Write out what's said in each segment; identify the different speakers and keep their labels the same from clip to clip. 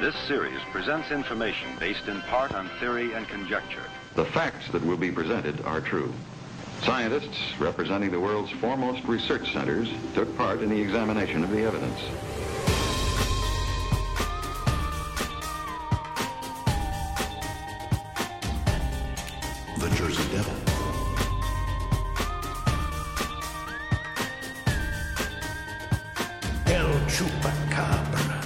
Speaker 1: This series presents information based in part on theory and conjecture.
Speaker 2: The facts that will be presented are true. Scientists representing the world's foremost research centers took part in the examination of the evidence.
Speaker 3: The Jersey Devil. El Chupacabra.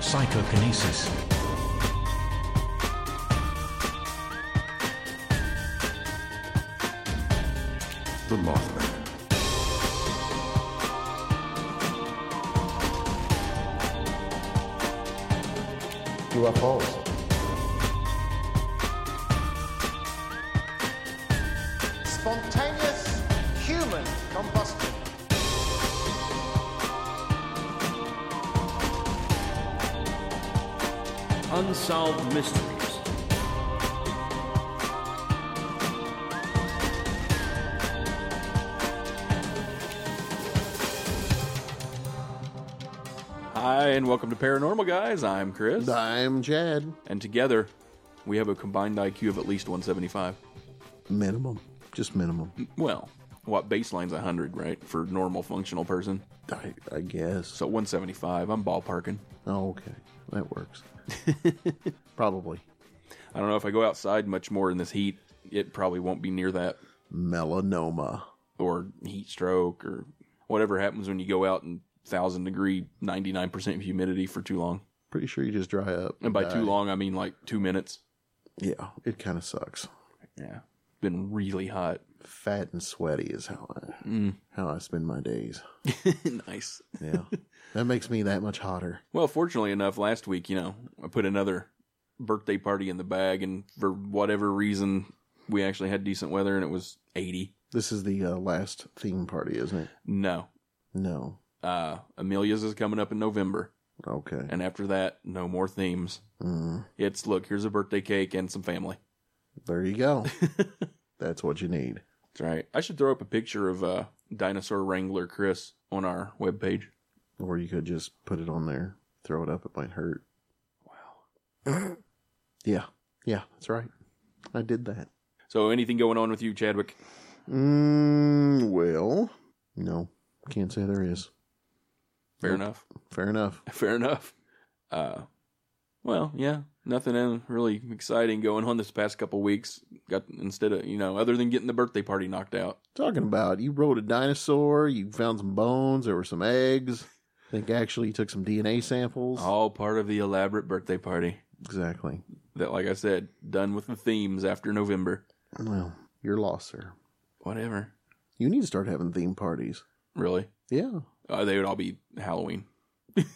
Speaker 4: Psychokinesis.
Speaker 3: The Mothman.
Speaker 5: UFOs.
Speaker 6: Spontaneous human combustion.
Speaker 7: Unsolved Mysteries.
Speaker 8: Hi, and welcome to Paranormal Guys. I'm Chris.
Speaker 5: I'm Jad.
Speaker 8: And together, we have a combined IQ of at least 175.
Speaker 5: Minimum. Just minimum.
Speaker 8: Well, what baseline's 100, right? For normal functional person.
Speaker 5: I, I guess.
Speaker 8: So 175, I'm ballparking.
Speaker 5: Oh, okay. That works. Probably.
Speaker 8: I don't know if I go outside much more in this heat, it probably won't be near that.
Speaker 5: Melanoma.
Speaker 8: Or heat stroke, or whatever happens when you go out in 1,000 degree, 99% humidity for too long.
Speaker 5: Pretty sure you just dry up.
Speaker 8: And by
Speaker 5: die.
Speaker 8: too long, I mean like two minutes.
Speaker 5: Yeah, it kind of sucks.
Speaker 8: Yeah. Been really hot.
Speaker 5: Fat and sweaty is how I, how I spend my days.
Speaker 8: nice.
Speaker 5: Yeah. that makes me that much hotter.
Speaker 8: Well, fortunately enough, last week, you know, I put another birthday party in the bag, and for whatever reason, we actually had decent weather, and it was 80.
Speaker 5: This is the uh, last theme party, isn't it?
Speaker 8: No.
Speaker 5: No.
Speaker 8: Uh, Amelia's is coming up in November,
Speaker 5: Okay.
Speaker 8: and after that, no more themes.
Speaker 5: Mm,
Speaker 8: It's look, here's a birthday cake and some family.
Speaker 5: there you go. That's what you need.
Speaker 8: That's right. I should throw up a picture of uh, Dinosaur Wrangler Chris on our webpage.
Speaker 5: Or you could just put it on there, throw it up. It might hurt. Wow. yeah. Yeah, that's right. I did that.
Speaker 8: So, anything going on with you, Chadwick?
Speaker 5: Mm, well, no, can't say there is.
Speaker 8: Fair
Speaker 5: Nope.
Speaker 8: enough.
Speaker 5: Fair enough.
Speaker 8: Fair enough. Uh, well, yeah, nothing uh, really exciting going on this past couple weeks. Got instead of you know, other than getting the birthday party knocked out.
Speaker 5: Talking about you rode a dinosaur, you found some bones, there were some eggs. I think actually you took some DNA samples.
Speaker 8: All part of the elaborate birthday party
Speaker 5: Oh. Exactly.
Speaker 8: that, like I said, done with the themes after November.
Speaker 5: Well, you're lost, sir.
Speaker 8: Whatever,
Speaker 5: You need to start having theme parties.
Speaker 8: really.
Speaker 5: Yeah,
Speaker 8: Uh, they would all be Halloween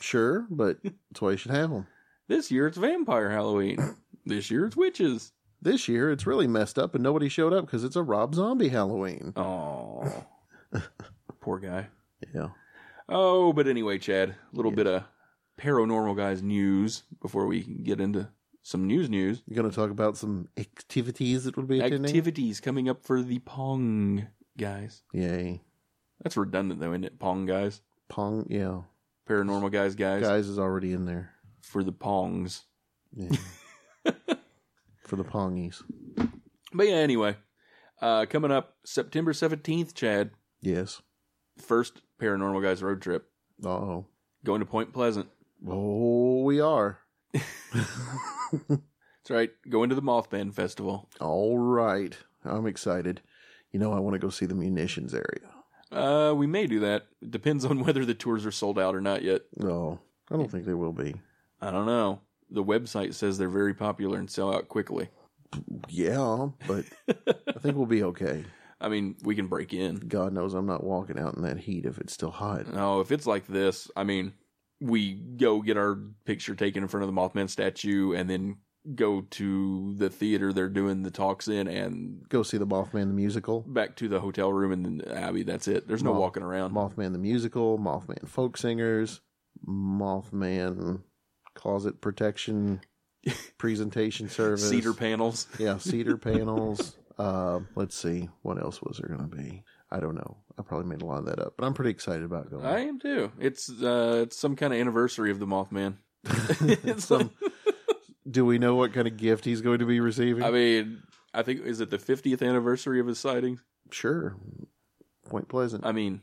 Speaker 5: sure, but that's why you should have them.
Speaker 8: this year. It's vampire Halloween. this year it's witches.
Speaker 5: This year, it's really messed up, and nobody showed up because it's a Rob Zombie Halloween.
Speaker 8: Oh, poor guy.
Speaker 5: Yeah.
Speaker 8: Oh, but anyway, Chad, a little bit of paranormal guys news before we get into some news news.
Speaker 5: You're going to talk about some activities that will be attending?
Speaker 8: Activities coming up for the Pong guys.
Speaker 5: Yay.
Speaker 8: That's redundant though, isn't it? Pong guys.
Speaker 5: Pong, yeah.
Speaker 8: Paranormal guys guys,
Speaker 5: Guys is already in there.
Speaker 8: for the Pongs.
Speaker 5: Yeah. For the Pongies.
Speaker 8: But yeah, anyway. Uh coming up September seventeenth, Chad.
Speaker 5: Yes.
Speaker 8: First paranormal guys road trip.
Speaker 5: Uh-oh.
Speaker 8: Going to Point Pleasant.
Speaker 5: Oh, we are.
Speaker 8: That's right. Going to the Mothman Festival.
Speaker 5: All right. I'm excited. You know, I want to go see the munitions area.
Speaker 8: Uh we may do that. It depends on whether the tours are sold out or not yet.
Speaker 5: No, Oh, I don't think they will be.
Speaker 8: I don't know. The website says they're very popular and sell out quickly.
Speaker 5: Yeah, but I think we'll be okay.
Speaker 8: I mean, we can break in.
Speaker 5: God knows I'm not walking out in that heat if it's still hot.
Speaker 8: No, if it's like this, I mean, we go get our picture taken in front of the Mothman statue and then go to the theater they're doing the talks in and
Speaker 5: Go see the Mothman the musical.
Speaker 8: back to the hotel room and then the Abbey. That's it. There's no
Speaker 5: Moth-
Speaker 8: walking around.
Speaker 5: Mothman the musical, Mothman folk singers, Mothman closet protection presentation service,
Speaker 8: Cedar panels.
Speaker 5: Um, yeah, cedar panels. Uh, let's see, what else was there going to be? I don't know. I probably made a lot of that up, but I'm pretty excited about going.
Speaker 8: I am too. It's uh, it's some kind of anniversary of the Mothman. it's
Speaker 5: Some- Do we know what kind of gift he's going to be receiving?
Speaker 8: like- I mean, I think is it the 50th anniversary of his sighting?
Speaker 5: sure. Point Pleasant.
Speaker 8: I mean,
Speaker 5: You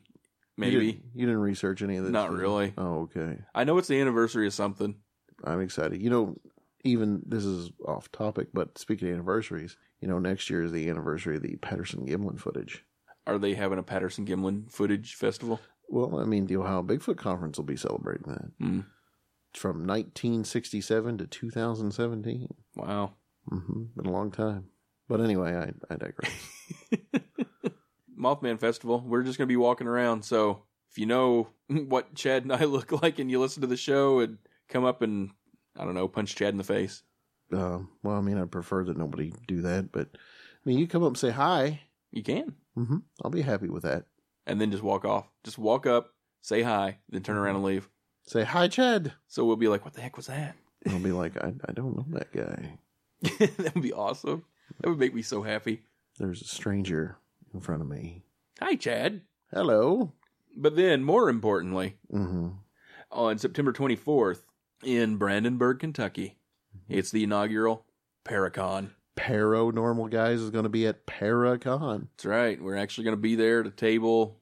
Speaker 8: maybe.
Speaker 5: didn't, you didn't research any of this?
Speaker 8: Not
Speaker 5: did you?
Speaker 8: really.
Speaker 5: Oh, okay.
Speaker 8: I know it's the anniversary of something.
Speaker 5: I'm excited. You know, even this is off topic, but speaking of anniversaries, you know, next year is the anniversary of the Patterson Gimlin footage.
Speaker 8: Are they having a Patterson Gimlin footage festival?
Speaker 5: Well, I mean, the Ohio Bigfoot Conference will be celebrating that
Speaker 8: Hmm.
Speaker 5: from 1967 to 2017.
Speaker 8: Wow.
Speaker 5: hmm Been a long time. But anyway, I, I digress.
Speaker 8: Mothman Festival. We're just going to be walking around. So if you know what Chad and I look like and you listen to the show and come up and, I don't know, punch Chad in the face.
Speaker 5: um, well, I mean, I prefer that nobody do that, but I mean, you come up and say hi.
Speaker 8: You can.
Speaker 5: hmm I'll be happy with that.
Speaker 8: And then just walk off. Just walk up, say hi, then turn around and leave.
Speaker 5: Say hi, Chad.
Speaker 8: So we'll be like, what the heck was that?
Speaker 5: I'll be like, I, I don't know that guy.
Speaker 8: that would be awesome. That would make me so happy.
Speaker 5: There's a stranger in front of me.
Speaker 8: Hi, Chad.
Speaker 5: Hello.
Speaker 8: But then, more importantly,
Speaker 5: Mm-hmm.
Speaker 8: on September 24th in Brandenburg, Kentucky, it's the inaugural Paracon.
Speaker 5: Paranormal guys is going to be at Paracon.
Speaker 8: That's right. We're actually going to be there at a table,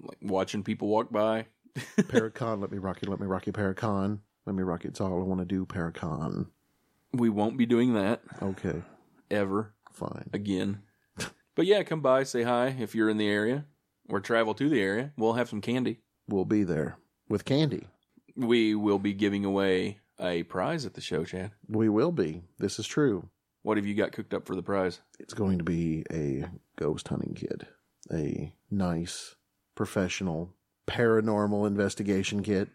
Speaker 8: like watching people walk by.
Speaker 5: Paracon, let me rock you, let me rock you, Paracon. Let me rock you. It's all I want to do, Paracon.
Speaker 8: We won't be doing that
Speaker 5: Okay,
Speaker 8: ever
Speaker 5: fine.
Speaker 8: again. but yeah, come by, say hi if you're in the area or travel to the area. We'll have some candy.
Speaker 5: We'll be there with candy.
Speaker 8: We will be giving away a prize at the show, Chad.
Speaker 5: We will be. This is true.
Speaker 8: What have you got cooked up for the prize?
Speaker 5: It's going to be a ghost hunting kit, a nice, professional, paranormal investigation kit.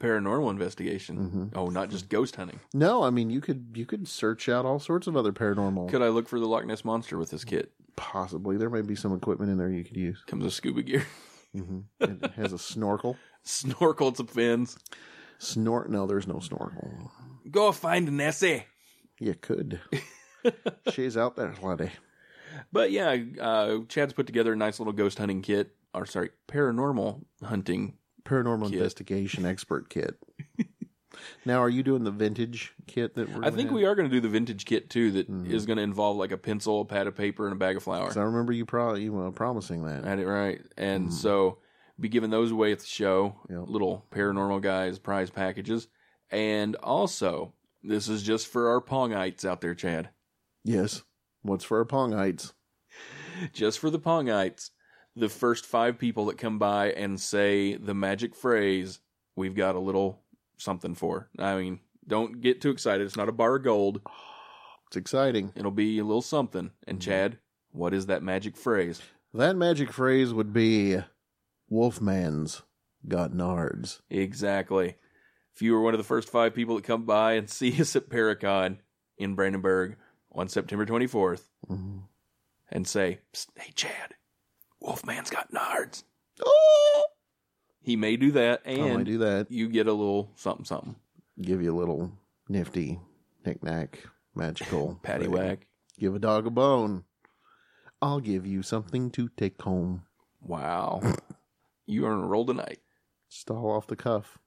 Speaker 8: Paranormal investigation. Oh, not just ghost hunting.
Speaker 5: No, I mean you could you could search out all sorts of other paranormal.
Speaker 8: Could I look for the Loch Ness monster with this kit?
Speaker 5: Possibly there may be some equipment in there you could use.
Speaker 8: Comes with scuba gear,
Speaker 5: hmm It has a snorkel.
Speaker 8: snorkel, some fins.
Speaker 5: Snort? No, there's no snorkel.
Speaker 8: Go find Nessie.
Speaker 5: You could. She's out there, lady.
Speaker 8: But yeah, uh, Chad's put together a nice little ghost hunting kit, or sorry, paranormal hunting.
Speaker 5: Paranormal
Speaker 8: Kid.
Speaker 5: investigation expert kit. now, are you doing the vintage kit that we're?
Speaker 8: I think we are going to do the vintage kit too. That going to involve like a pencil, a pad of paper, and a bag of flour.
Speaker 5: I remember you probably you were promising that.
Speaker 8: Had it right, and so be giving those away at the show.
Speaker 5: Yep.
Speaker 8: Little paranormal guys prize packages, and also this is just for our Pongites out there, Chad.
Speaker 5: Yes. What's for our Pongites?
Speaker 8: Just for the Pongites, the first five people that come by and say the magic phrase, we've got a little something for. I mean, don't get too excited. It's not a bar of gold.
Speaker 5: It's exciting.
Speaker 8: It'll be a little something. And
Speaker 5: Mm-hmm.
Speaker 8: Chad, what is that magic phrase?
Speaker 5: That magic phrase would be, "Wolfman's got nards."
Speaker 8: Exactly. If you were one of the first five people that come by and see us at Paracon in Brandenburg on September 24th
Speaker 5: Mhm.
Speaker 8: and say, "Psst, hey, Chad, Wolfman's got nards. He may do that,
Speaker 5: How do Oh! I
Speaker 8: and
Speaker 5: do that?
Speaker 8: you get a little something, something.
Speaker 5: Give you a little nifty knick-knack, magical thing.
Speaker 8: Paddywhack.
Speaker 5: Give a dog a bone. I'll give you something to take home.
Speaker 8: Wow. you are on a roll tonight.
Speaker 5: Just all off the cuff.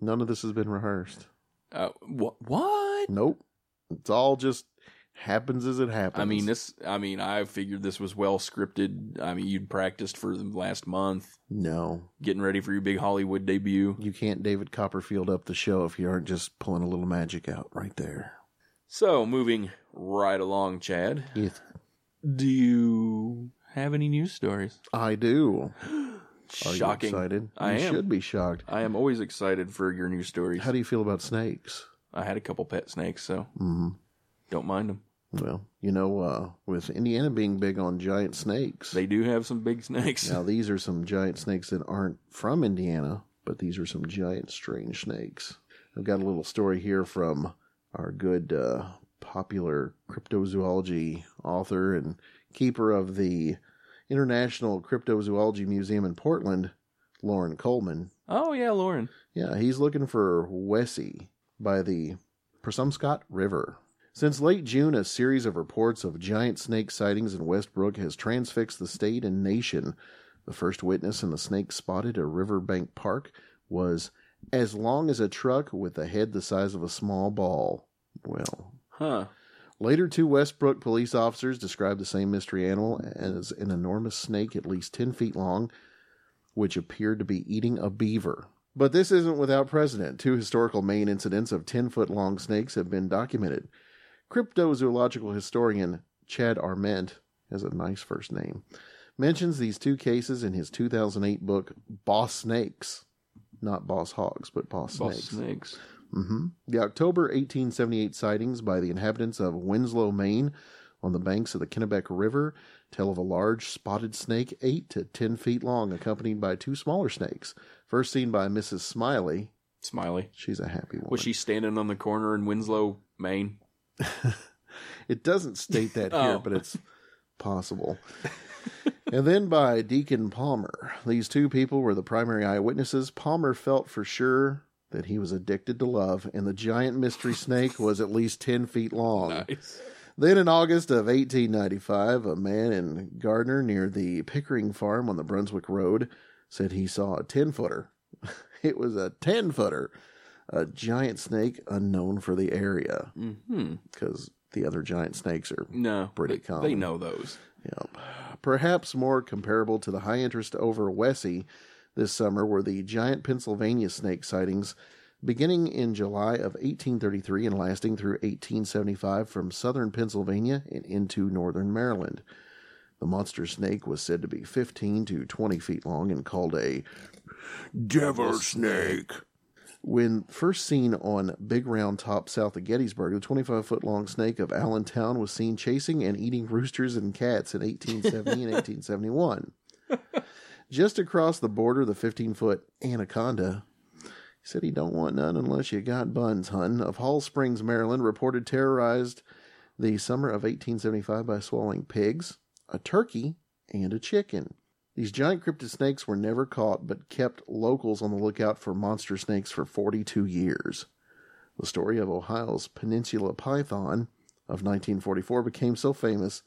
Speaker 5: None of this has been rehearsed.
Speaker 8: uh, wh- what?
Speaker 5: Nope. It's all just happens as it happens.
Speaker 8: I mean, this, I mean, I figured this was well scripted. I mean, you'd practiced for the last month,
Speaker 5: No.
Speaker 8: getting ready for your big Hollywood debut.
Speaker 5: You can't David Copperfield up the show if you aren't just pulling a little magic out right there.
Speaker 8: So, moving right along, Chad.
Speaker 5: Yes.
Speaker 8: Do you have any news stories?
Speaker 5: I do. Are
Speaker 8: Shocking.
Speaker 5: you excited?
Speaker 8: I
Speaker 5: you
Speaker 8: am.
Speaker 5: should be shocked.
Speaker 8: I am always excited for your news stories.
Speaker 5: How do you feel about snakes?
Speaker 8: I had a couple pet snakes, so
Speaker 5: Mhm.
Speaker 8: don't mind them.
Speaker 5: Well, you know, uh, with Indiana being big on giant snakes,
Speaker 8: They do have some big snakes.
Speaker 5: Now these are some giant snakes that aren't from Indiana, but these are some giant strange snakes. I've got a little story here from our good uh, popular cryptozoology author and keeper of the International Cryptozoology Museum in Portland, Lauren Coleman.
Speaker 8: Oh, yeah, Lauren.
Speaker 5: Yeah, he's looking for Wessie by the Presumpscot River. Since late June, a series of reports of giant snake sightings in Westbrook has transfixed the state and nation. The first witness in the snake spotted at Riverbank Park was as long as a truck with a head the size of a small ball. Well,
Speaker 8: Huh.
Speaker 5: Later, two Westbrook police officers described the same mystery animal as an enormous snake at least 10 feet long, which appeared to be eating a beaver. But this isn't without precedent. Two historical Maine incidents of 10 foot long snakes have been documented. Cryptozoological historian Chad Arment has a nice first name. Mentions these two cases in his 2008 book, Boss Snakes. Not Boss Hogs, but Boss,
Speaker 8: Boss
Speaker 5: Snakes.
Speaker 8: snakes.
Speaker 5: Mhm. The October 1878 sightings by the inhabitants of Winslow, Maine, on the banks of the Kennebec River, tell of a large spotted snake, 8 to 10 feet long, accompanied by two smaller snakes. First seen by Mrs. Smiley.
Speaker 8: Smiley.
Speaker 5: She's a happy woman.
Speaker 8: Was she standing on the corner in Winslow, Maine?
Speaker 5: It doesn't state that here,
Speaker 8: Oh.
Speaker 5: but it's possible. and then by Deacon Palmer. These two people were the primary eyewitnesses. Palmer felt for sure that he was addicted to love, and the giant mystery snake was at least 10 feet long.
Speaker 8: Nice.
Speaker 5: Then in August of 1895, a man in Gardner near the Pickering farm on the Brunswick Road said he saw a 10 footer. it was a 10 footer, a giant snake unknown for the area
Speaker 8: Hmm.
Speaker 5: because the other giant snakes are
Speaker 8: No.
Speaker 5: Pretty
Speaker 8: they-
Speaker 5: common.
Speaker 8: They know those.
Speaker 5: Yep. Perhaps more comparable to the high interest over Wessie this summer were the giant Pennsylvania snake sightings beginning in July of 1833 and lasting through 1875 from southern Pennsylvania and into northern Maryland. The monster snake was said to be 15 to 20 feet long and called a devil snake. When first seen on Big Round Top south of Gettysburg, the 25 foot long snake of Allentown was seen chasing and eating roosters and cats in 1870 and 1871. Just across the border, the 15 foot anaconda. He said he don't want none unless you got buns, hun. Of Hall Springs, Maryland, reported terrorized the summer of 1875 by swallowing pigs, a turkey, and a chicken. These giant cryptid snakes were never caught, but kept locals on the lookout for monster snakes for 42 years. The story of Ohio's Peninsula Python of 1944 became so famous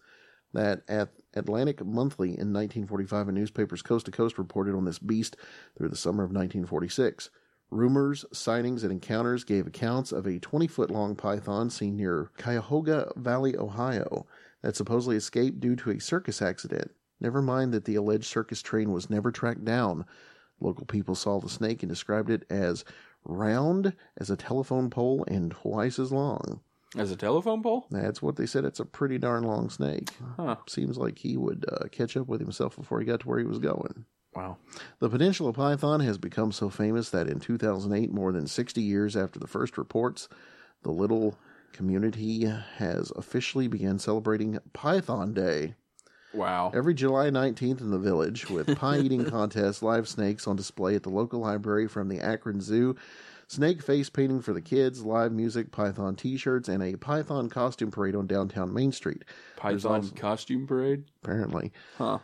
Speaker 5: that at Atlantic Monthly in 1945 and newspapers coast to coast reported on this beast through the summer of 1946. Rumors, sightings, and encounters gave accounts of a 20 foot long python seen near Cuyahoga Valley, Ohio, that supposedly escaped due to a circus accident. Never mind that the alleged circus train was never tracked down. Local people saw the snake and described it as round as a telephone pole and twice as long.
Speaker 8: As a telephone pole?
Speaker 5: That's what they said. It's a pretty darn long snake.
Speaker 8: Huh.
Speaker 5: Seems like he would uh, catch up with himself before he got to where he was going.
Speaker 8: Wow.
Speaker 5: The Peninsula Python has become so famous that in 2008, more than 60 years after the first reports, the little community has officially began celebrating Python Day.
Speaker 8: Wow.
Speaker 5: Every July 19th in the village, with pie eating contests, live snakes on display at the local library from the Akron Zoo, snake face painting for the kids, live music, python t shirts, and a python costume parade on downtown Main Street,
Speaker 8: Python costume parade?
Speaker 5: apparently.
Speaker 8: Huh.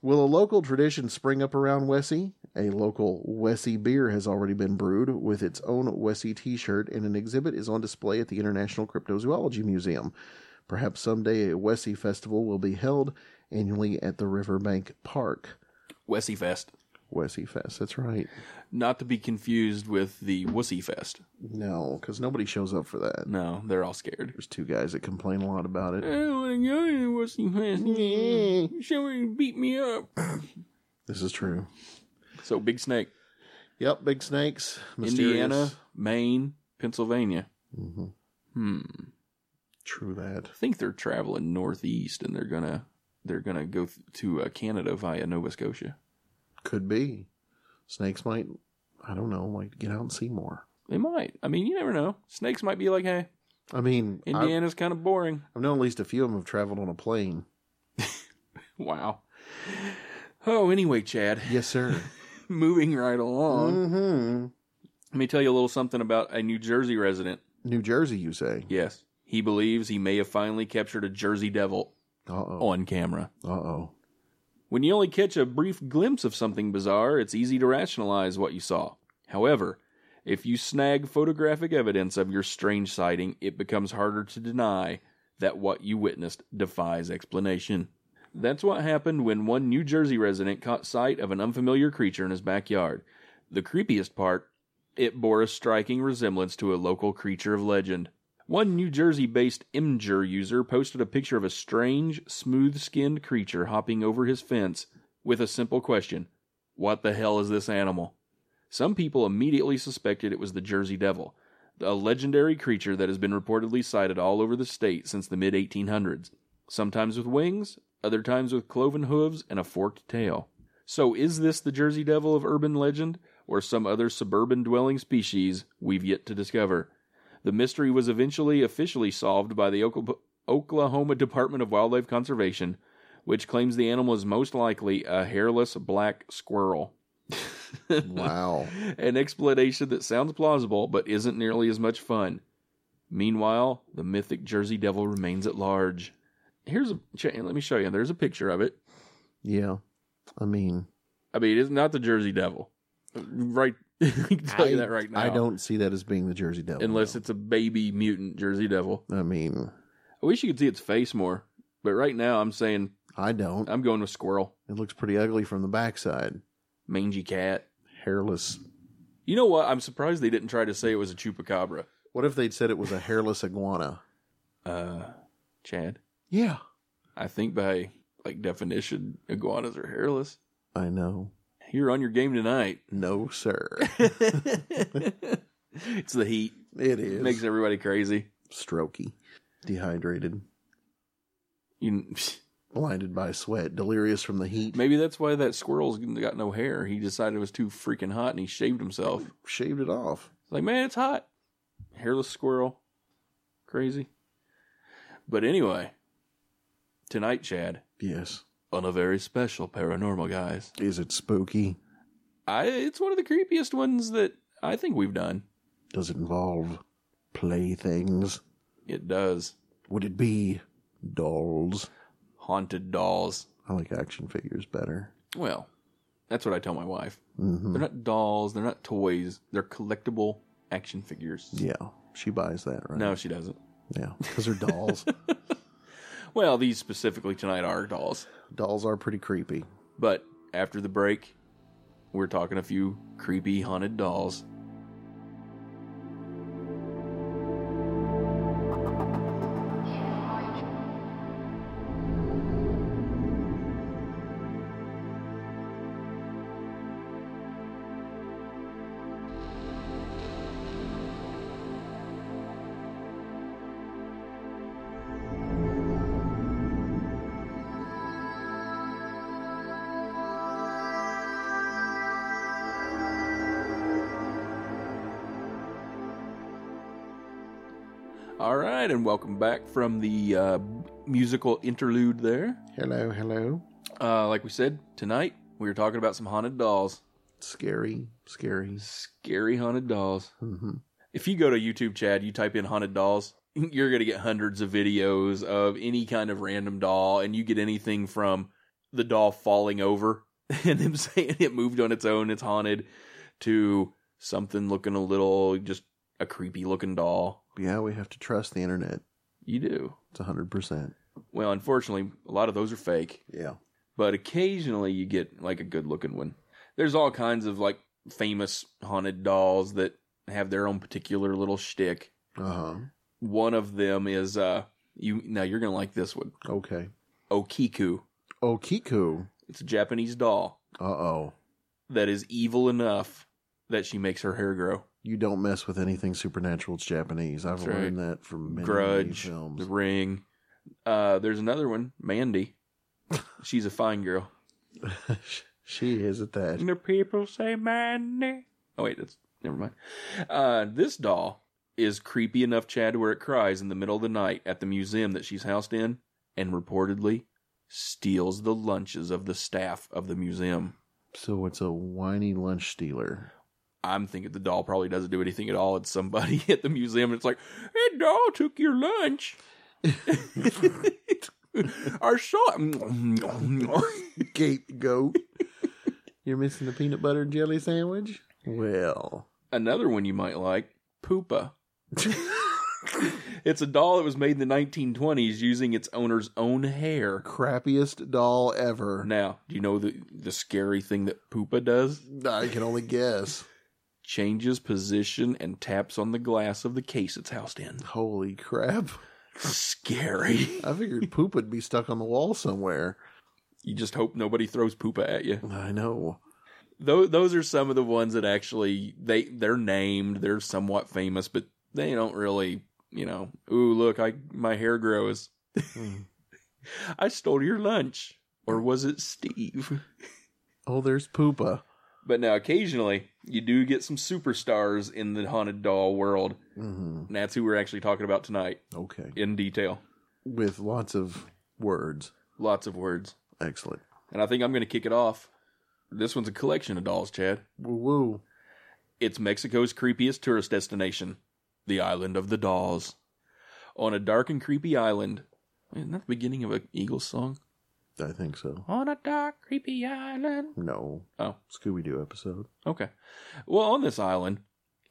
Speaker 5: Will a local tradition spring up around Wessie? A local Wessie beer has already been brewed with its own Wessie t shirt, and an exhibit is on display at the International Cryptozoology Museum. Perhaps someday a Wessie festival will be held annually at the Riverbank Park.
Speaker 8: Wessie Fest.
Speaker 5: Wessie Fest, that's right.
Speaker 8: Not to be confused with the Wussy Fest.
Speaker 5: No, because nobody shows up for that.
Speaker 8: No, they're all scared.
Speaker 5: There's two guys that complain a lot about
Speaker 8: I
Speaker 5: it.
Speaker 8: don't want to go to the Wussy Fest. Somebody beat me up.
Speaker 5: This is true.
Speaker 8: So, Big Snake.
Speaker 5: Yep, big snakes. Mysterious.
Speaker 8: Indiana, Maine, Pennsylvania.
Speaker 5: True that.
Speaker 8: I think they're traveling northeast and they're gonna they're gonna go th- to uh, Canada via Nova Scotia.
Speaker 5: Could be. Snakes might, I don't know, might get out and see more.
Speaker 8: They might. I mean, you never know. Snakes might be like, hey,
Speaker 5: I mean, I've,
Speaker 8: Indiana's kind of boring.
Speaker 5: I've known at least a few of them have traveled on a plane.
Speaker 8: Wow. Oh, anyway, Chad,
Speaker 5: Yes, sir.
Speaker 8: moving right along.
Speaker 5: mm-hmm.
Speaker 8: Let me tell you a little something about a New Jersey resident.
Speaker 5: New Jersey, you say?
Speaker 8: Yes, he believes he may have finally captured a Jersey devil
Speaker 5: Uh oh.
Speaker 8: on camera.
Speaker 5: Uh oh.
Speaker 8: When you only catch a brief glimpse of something bizarre, it's easy to rationalize what you saw. However, If you snag photographic evidence of your strange sighting, it becomes harder to deny that what you witnessed defies explanation. That's what happened when one New Jersey resident caught sight of an unfamiliar creature in his backyard. The creepiest part, it bore a striking resemblance to a local creature of legend. One New Jersey based Imgur user posted a picture of a strange, smooth skinned creature hopping over his fence with a simple question What the hell is this animal? Some people immediately suspected it was the Jersey Devil, a legendary creature that has been reportedly sighted all over the state since the mid 1800s, sometimes with wings, other times with cloven hooves and a forked tail. So, is this the Jersey Devil of urban legend, or some other suburban dwelling species we've yet to discover? The mystery was eventually officially solved by the Okla- Oklahoma Department of Wildlife Conservation, which claims the animal is most likely a hairless black squirrel.
Speaker 5: Wow.
Speaker 8: An explanation that sounds plausible but isn't nearly as much fun. Meanwhile, the mythic Jersey Devil remains at large. Here's a ch- let me show you. There's a picture of it.
Speaker 5: yeah. I mean,
Speaker 8: I mean, it's not the Jersey Devil, right? I can tell you that right now.
Speaker 5: I don't see that as being the Jersey Devil.
Speaker 8: unless
Speaker 5: no.
Speaker 8: it's a baby mutant Jersey Devil.
Speaker 5: I mean,
Speaker 8: I wish you could see its face more, but right now I'm saying
Speaker 5: I don't.
Speaker 8: I'm going with squirrel,
Speaker 5: It looks pretty ugly from the backside.
Speaker 8: mangy cat.
Speaker 5: Hairless.
Speaker 8: You know what? I'm surprised they didn't try to say it was a chupacabra.
Speaker 5: What if they'd said it was a hairless iguana?
Speaker 8: Uh, Chad,
Speaker 5: Yeah.
Speaker 8: I think by like definition, iguanas are hairless.
Speaker 5: I know.
Speaker 8: You're on your game tonight.
Speaker 5: No, sir.
Speaker 8: it's the heat.
Speaker 5: It is.
Speaker 8: Makes everybody crazy.
Speaker 5: Strokey. Dehydrated.
Speaker 8: You,
Speaker 5: Blinded by sweat. Delirious from the heat.
Speaker 8: maybe that's why that squirrel's got no hair. He decided it was too freaking hot and he shaved himself.
Speaker 5: Shaved it off.
Speaker 8: It's like, man, it's hot. Hairless squirrel. Crazy. But anyway, tonight, Chad,
Speaker 5: Yes.
Speaker 8: on a very special paranormal guys.
Speaker 5: Is it spooky?
Speaker 8: I it's one of the creepiest ones that I think we've done.
Speaker 5: Does it involve playthings?
Speaker 8: It does.
Speaker 5: Would it be dolls?
Speaker 8: Haunted dolls.
Speaker 5: I like action figures better.
Speaker 8: Well, that's what I tell my wife.
Speaker 5: Mm-hmm.
Speaker 8: They're not dolls, they're not toys, they're collectible action figures.
Speaker 5: Yeah. She buys that, right?
Speaker 8: No, she doesn't.
Speaker 5: Yeah. Because they're dolls.
Speaker 8: Well, these specifically tonight are dolls.
Speaker 5: dolls are pretty creepy.
Speaker 8: But after the break, we're talking a few creepy haunted dolls. All right, and welcome back from the uh, musical interlude there.
Speaker 5: Hello, hello.
Speaker 8: Uh, like we said, tonight we were talking about some haunted dolls.
Speaker 5: Scary, scary.
Speaker 8: Scary haunted dolls.
Speaker 5: Mm-hmm.
Speaker 8: If you go to YouTube, Chad, you type in haunted dolls, you're going to get hundreds of videos of any kind of random doll, and you get anything from the doll falling over and them saying it moved on its own, it's haunted, to something looking a little just a creepy looking doll.
Speaker 5: Yeah, we have to trust the internet.
Speaker 8: You do.
Speaker 5: It's 100%.
Speaker 8: Well, unfortunately, a lot of those are fake.
Speaker 5: Yeah.
Speaker 8: but occasionally you get like a good looking one. There's all kinds of like famous haunted dolls that have their own particular little shtick.
Speaker 5: Uh huh.
Speaker 8: One of them is uh you now you're gonna like this one.
Speaker 5: Okay.
Speaker 8: Okiku.
Speaker 5: Oh, Kiku.
Speaker 8: It's a Japanese doll
Speaker 5: Uh oh.
Speaker 8: that is evil enough that she makes her hair grow.
Speaker 5: You don't mess with anything supernatural. It's Japanese. I've
Speaker 8: That's
Speaker 5: learned that from many,
Speaker 8: Grudge,
Speaker 5: many films.
Speaker 8: The Ring. Uh there's another one, Mandy. She's a fine girl.
Speaker 5: she is at that.
Speaker 8: the people say Mandy. Oh wait, that's never mind. Uh, this doll is creepy enough, Chad, where it cries in the middle of the night at the museum that she's housed in, and reportedly steals the lunches of the staff of the museum.
Speaker 5: So it's a whiny lunch stealer.
Speaker 8: I'm thinking the doll probably doesn't do anything at all. It's somebody at the museum. And it's like, hey, doll took your lunch. Our shot.
Speaker 5: Gate goat. You're missing the peanut butter and jelly sandwich? Well,
Speaker 8: Another one you might like, Poopa. It's a doll that was made in the 1920s using its owner's own hair.
Speaker 5: Crappiest doll ever.
Speaker 8: Now, do you know the the scary thing that Poopa does?
Speaker 5: I can only guess.
Speaker 8: Changes position and taps on the glass of the case it's housed in.
Speaker 5: Holy crap.
Speaker 8: Scary.
Speaker 5: I figured poop would be stuck on the wall somewhere.
Speaker 8: You just hope nobody throws Poopa at you.
Speaker 5: I know.
Speaker 8: Those those are some of the ones that actually they they're named, they're somewhat famous, but they don't really, you know, ooh, look, I my hair grows. I stole your lunch. Or was it Steve?
Speaker 5: Oh, there's Poopa.
Speaker 8: But now occasionally you do get some superstars in the haunted doll world.
Speaker 5: hmm
Speaker 8: And that's who we're actually talking about tonight
Speaker 5: Okay.
Speaker 8: in detail.
Speaker 5: With lots of words.
Speaker 8: Lots of words.
Speaker 5: Excellent.
Speaker 8: And I think I'm going to kick it off. This one's a collection of dolls, Chad.
Speaker 5: Woo woo.
Speaker 8: It's Mexico's creepiest tourist destination, the Island of the Dolls. On a dark and creepy island. Isn't that the beginning of an Eagles song?
Speaker 5: I think so.
Speaker 8: On a dark, creepy island.
Speaker 5: No.
Speaker 8: Oh.
Speaker 5: Scooby Doo episode.
Speaker 8: Okay. Well, on this island,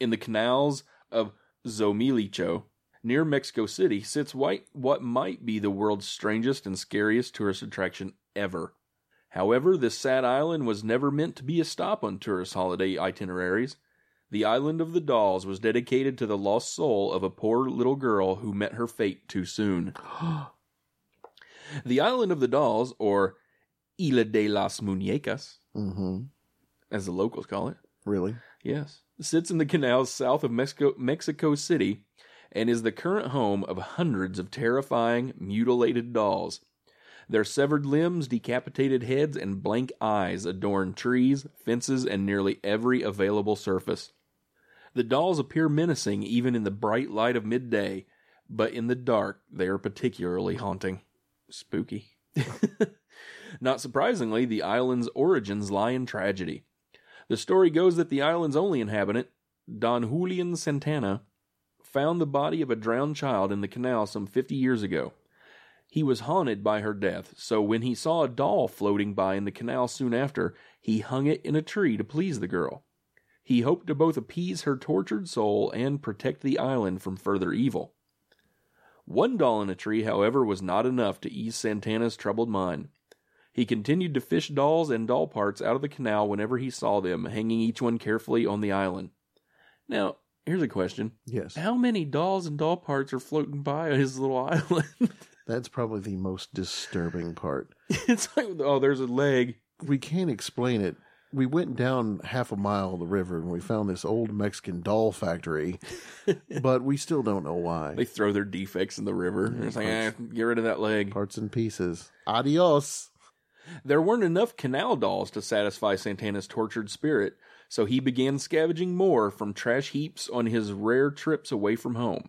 Speaker 8: in the canals of Zomilicho, near Mexico City, sits white, what might be the world's strangest and scariest tourist attraction ever. However, this sad island was never meant to be a stop on tourist holiday itineraries. The Island of the Dolls was dedicated to the lost soul of a poor little girl who met her fate too soon. the Island of the Dolls, or Isla de las Muñecas,
Speaker 5: hmm
Speaker 8: as the locals call it,
Speaker 5: Really?
Speaker 8: Yes. Sits in the canals south of Mexico, Mexico City and is the current home of hundreds of terrifying, mutilated dolls. Their severed limbs, decapitated heads, and blank eyes adorn trees, fences, and nearly every available surface. The dolls appear menacing even in the bright light of midday, but in the dark they are particularly haunting. Spooky. Not surprisingly, the island's origins lie in tragedy. The story goes that the island's only inhabitant, Don Julian Santana, found the body of a drowned child in the canal some 50 years ago. He was haunted by her death, so when he saw a doll floating by in the canal soon after, he hung it in a tree to please the girl. He hoped to both appease her tortured soul and protect the island from further evil. One doll in a tree, however, was not enough to ease Santana's troubled mind. He continued to fish dolls and doll parts out of the canal whenever he saw them, hanging each one carefully on the island. Now, here's a question.
Speaker 5: Yes.
Speaker 8: How many dolls and doll parts are floating by on his little island?
Speaker 5: That's probably the most disturbing part.
Speaker 8: it's like, oh, there's a leg.
Speaker 5: we can't explain it. We went down half a mile of the river and we found this old Mexican doll factory, but we still don't know why.
Speaker 8: They throw their defects in the river. They're just like, eh, get rid of that leg.
Speaker 5: Parts and pieces. Adios.
Speaker 8: There weren't enough canal dolls to satisfy Santana's tortured spirit, so he began scavenging more from trash heaps on his rare trips away from home.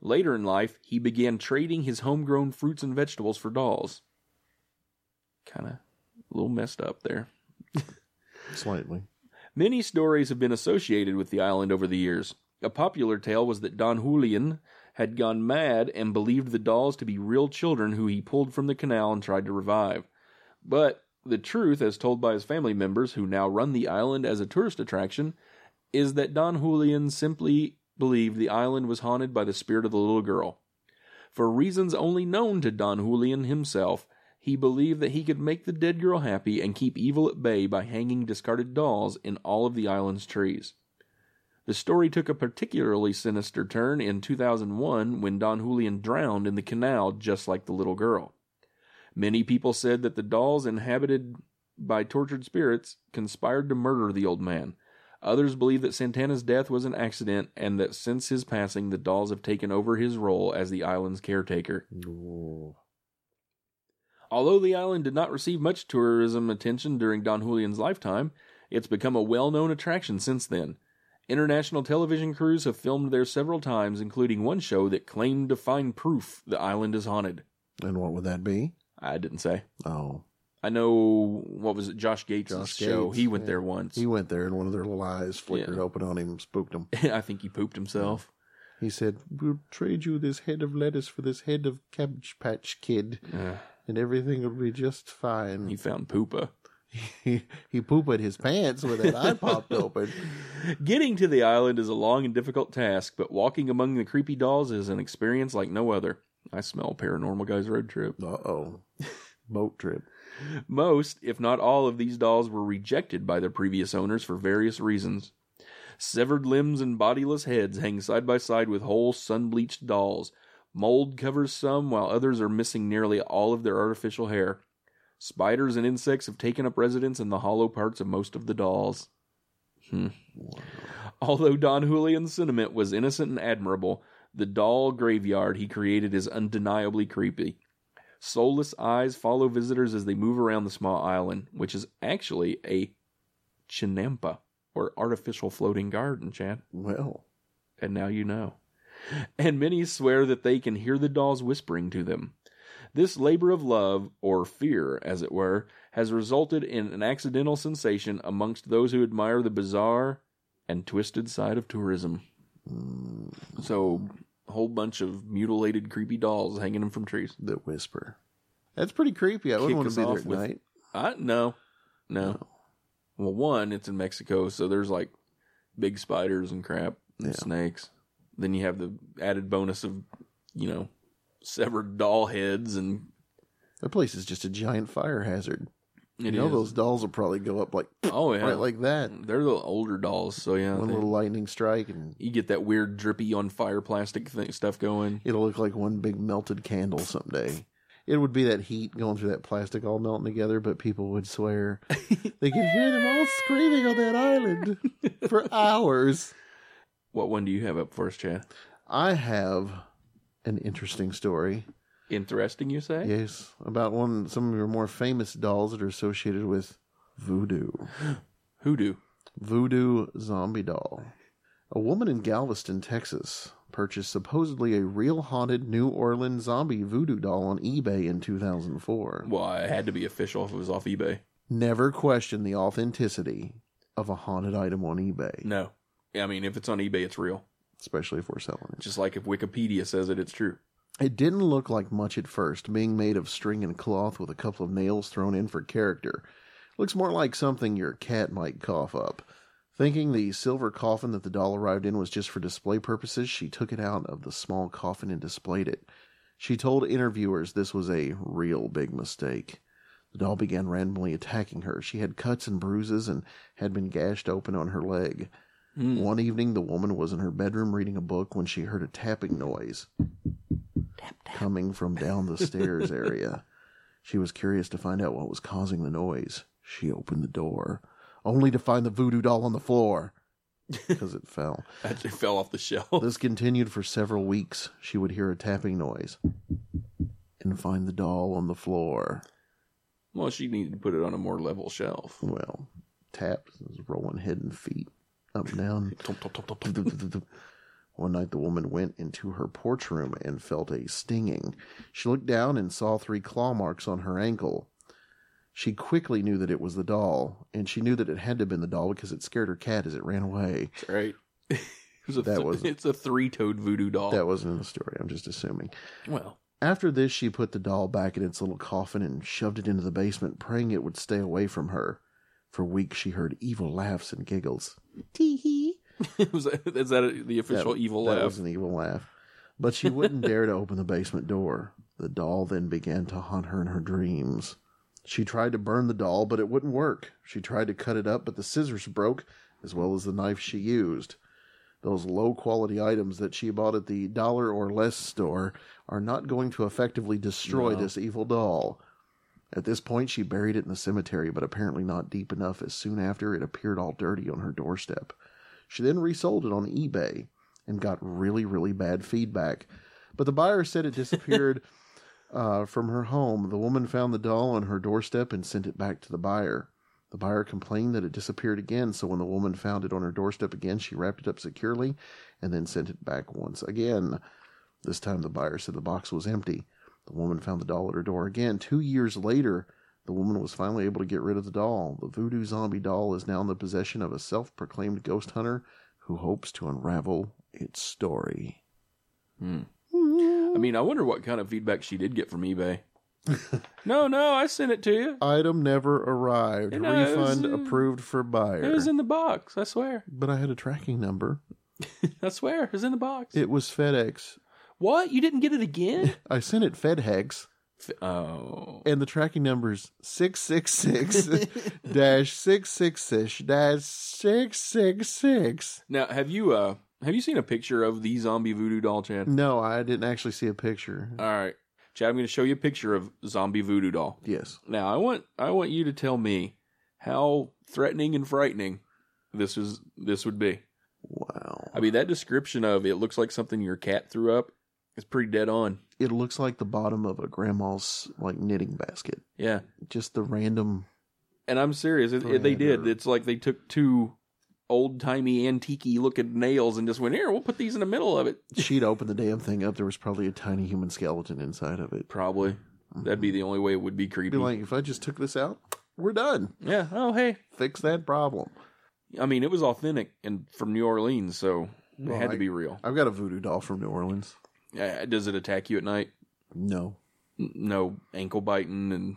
Speaker 8: Later in life, he began trading his homegrown fruits and vegetables for dolls. Kind of a little messed up there.
Speaker 5: Slightly.
Speaker 8: Many stories have been associated with the island over the years. A popular tale was that Don Julian had gone mad and believed the dolls to be real children who he pulled from the canal and tried to revive. But the truth, as told by his family members who now run the island as a tourist attraction, is that Don Julian simply believed the island was haunted by the spirit of the little girl. For reasons only known to Don Julian himself, he believed that he could make the dead girl happy and keep evil at bay by hanging discarded dolls in all of the island's trees. The story took a particularly sinister turn in 2001 when Don Julian drowned in the canal just like the little girl. Many people said that the dolls inhabited by tortured spirits conspired to murder the old man. Others believe that Santana's death was an accident and that since his passing, the dolls have taken over his role as the island's caretaker. Although the island did not receive much tourism attention during Don Julian's lifetime, it's become a well known attraction since then. International television crews have filmed there several times, including one show that claimed to find proof the island is haunted.
Speaker 5: And what would that be?
Speaker 8: I didn't say.
Speaker 5: Oh,
Speaker 8: I know, what was it, Josh Gates'
Speaker 5: Josh
Speaker 8: show?
Speaker 5: Gates,
Speaker 8: he went
Speaker 5: yeah.
Speaker 8: there once.
Speaker 5: he went there and one of their little eyes flickered
Speaker 8: Yeah.
Speaker 5: open on him, spooked him.
Speaker 8: I think he pooped himself.
Speaker 5: He said, We'll trade you this head of lettuce for this head of cabbage patch kid,
Speaker 8: Yeah.
Speaker 5: and everything will be just
Speaker 8: He
Speaker 5: fine.
Speaker 8: found poopa.
Speaker 5: he, he pooped his pants when that eye popped open.
Speaker 8: Getting to the island is a long and difficult task, but walking among the creepy dolls is an experience like no other. I smell paranormal guys road trip.
Speaker 5: Uh oh. Boat trip.
Speaker 8: Most, if not all, of these dolls were rejected by their previous owners for various reasons. Severed limbs and bodiless heads hang side by side with whole sun bleached dolls. Mold covers some, while others are missing nearly all of their artificial hair. Spiders and insects have taken up residence in the hollow parts of most of the dolls. Hmm. Although Don Julian's sentiment was innocent and admirable, the doll graveyard he created is undeniably creepy. Soulless eyes follow visitors as they move around the small island, which is actually a chinampa, or artificial floating garden, Chad.
Speaker 5: Well,
Speaker 8: And now you know. And many swear that they can hear the dolls whispering to them. This labor of love, or fear, as it were, has resulted in an accidental sensation amongst those who admire the bizarre and twisted side of tourism. So, a whole bunch of mutilated, creepy dolls hanging them from trees.
Speaker 5: the whisper. That's pretty creepy. I
Speaker 8: Kick
Speaker 5: wouldn't want
Speaker 8: us
Speaker 5: to be there
Speaker 8: off
Speaker 5: at
Speaker 8: with-
Speaker 5: night.
Speaker 8: I no, no. Well, one, it's in Mexico, so there's like big spiders and crap and
Speaker 5: Yeah.
Speaker 8: snakes. Then you have the added bonus of you know severed doll heads, and
Speaker 5: That place is just a giant fire hazard.
Speaker 8: it
Speaker 5: you know
Speaker 8: is-
Speaker 5: those dolls will probably go up like
Speaker 8: Oh yeah,
Speaker 5: right like that.
Speaker 8: they're the older dolls, so yeah,
Speaker 5: One
Speaker 8: they-
Speaker 5: little lightning strike and
Speaker 8: you get that weird drippy on fire plastic thing, stuff going.
Speaker 5: it'll look like one big melted candle someday. It would be that heat going through that plastic all melting together, but people would swear they could hear them all screaming on that island for hours.
Speaker 8: What one do you have up for us, Chad?
Speaker 5: I have an interesting story.
Speaker 8: Interesting, you say?
Speaker 5: Yes, about one some of your more famous dolls that are associated with voodoo.
Speaker 8: Hoodoo.
Speaker 5: Voodoo zombie doll. A woman in Galveston, Texas, purchased supposedly a real haunted New Orleans zombie voodoo doll on eBay in 2004.
Speaker 8: Well, it had to be official if it was off eBay.
Speaker 5: Never question the authenticity of a haunted item on eBay,
Speaker 8: No, I mean if it's on eBay, it's real.
Speaker 5: especially if we're selling it.
Speaker 8: Just like if Wikipedia says it, it's true.
Speaker 5: It didn't look like much at first, being made of string and cloth with a couple of nails thrown in for character. Looks more like something your cat might cough up. Thinking the silver coffin that the doll arrived in was just for display purposes, she took it out of the small coffin and displayed it. She told interviewers this was a real big mistake. The doll began randomly attacking her. She had cuts and bruises and had been gashed open on her leg. One evening, the woman was in her bedroom reading a book when she heard a tapping noise coming from down the stairs area. She was curious to find out what was causing the noise. She opened the door, only to find the voodoo doll on the floor because it fell.
Speaker 8: It fell off the shelf.
Speaker 5: This continued for several weeks. She would hear a tapping noise and find the doll on the floor.
Speaker 8: Well, she needed to put it on a more level shelf.
Speaker 5: Well, tapped, rolling head and feet up and down.
Speaker 8: Tump, tump, tump, tump, tump.
Speaker 5: One night, the woman went into her porch room and felt a stinging. She looked down and saw three claw marks on her ankle. She quickly knew that it was the doll, and she knew that it had to have been the doll because it scared her cat as it ran away.
Speaker 8: Right. It was a
Speaker 5: That
Speaker 8: th-
Speaker 5: was-
Speaker 8: it's a three-toed voodoo doll.
Speaker 5: That wasn't in the story, I'm just assuming.
Speaker 8: well,
Speaker 5: After this, she put the doll back in its little coffin and shoved it into the basement, praying it would stay away from her. For weeks, she heard evil laughs and giggles. Tee hee.
Speaker 8: was that, is that a, the official
Speaker 5: that,
Speaker 8: evil
Speaker 5: that
Speaker 8: laugh?
Speaker 5: was an evil laugh. But she wouldn't dare to open the basement door. The doll then began to haunt her in her dreams. She tried to burn the doll, but it wouldn't work. She tried to cut it up, but the scissors broke, as well as the knife she used. Those low quality items that she bought at the dollar or less store are not going to effectively destroy this evil doll. At this point, she buried it in the cemetery, but apparently not deep enough, as soon after it appeared all dirty on her doorstep. She then resold it on eBay and got really, really bad feedback. But the buyer said it disappeared uh, from her home. The woman found the doll on her doorstep and sent it back to the buyer. The buyer complained that it disappeared again, so when the woman found it on her doorstep again, she wrapped it up securely and then sent it back once again. This time the buyer said the box was empty. The woman found the doll at her door again. Two years later, the woman was finally able to get rid of the doll. The voodoo zombie doll is now in the possession of a self proclaimed ghost hunter who hopes to unravel its story.
Speaker 8: I mean, I wonder what kind of feedback she did get from eBay. No, no, I sent it to you.
Speaker 5: Item never arrived.
Speaker 8: You know, it was,
Speaker 5: Refund
Speaker 8: uh,
Speaker 5: approved for
Speaker 8: It
Speaker 5: buyer.
Speaker 8: was in the box. I swear.
Speaker 5: but I had a tracking number.
Speaker 8: I swear. It was in the box.
Speaker 5: It was FedEx.
Speaker 8: what? You didn't get it again?
Speaker 5: I sent it FedEx,
Speaker 8: F- oh.
Speaker 5: and the tracking number is 666 dash 666 dash 666.
Speaker 8: Now, have you uh have you seen a picture of the zombie voodoo doll, Chad?
Speaker 5: No, I didn't actually see a picture.
Speaker 8: All right, Chad. I'm going to show you a picture of zombie voodoo doll.
Speaker 5: yes.
Speaker 8: Now, I want I want you to tell me how threatening and frightening this is this would be.
Speaker 5: Wow.
Speaker 8: I mean, that description of it looks like something your cat threw up is pretty dead on.
Speaker 5: It looks like the bottom of a grandma's like knitting basket.
Speaker 8: Yeah,
Speaker 5: Just the random.
Speaker 8: and I'm serious. It, it- they did.
Speaker 5: Threader.
Speaker 8: It's like they took two old timey antique looking nails and just went here. We'll put these in the middle of it.
Speaker 5: She'd open the damn thing up. There was probably a tiny human skeleton inside of it.
Speaker 8: Probably that'd be the only way it would be creepy.
Speaker 5: Be like, if I just took this out, we're done.
Speaker 8: yeah. Oh, hey,
Speaker 5: Fix that problem.
Speaker 8: I mean, it was authentic and from New Orleans, so it
Speaker 5: Well,
Speaker 8: had to
Speaker 5: I-
Speaker 8: be real.
Speaker 5: I've got a voodoo doll from New Orleans.
Speaker 8: Uh, does it attack you at night?
Speaker 5: No,
Speaker 8: N- No ankle biting and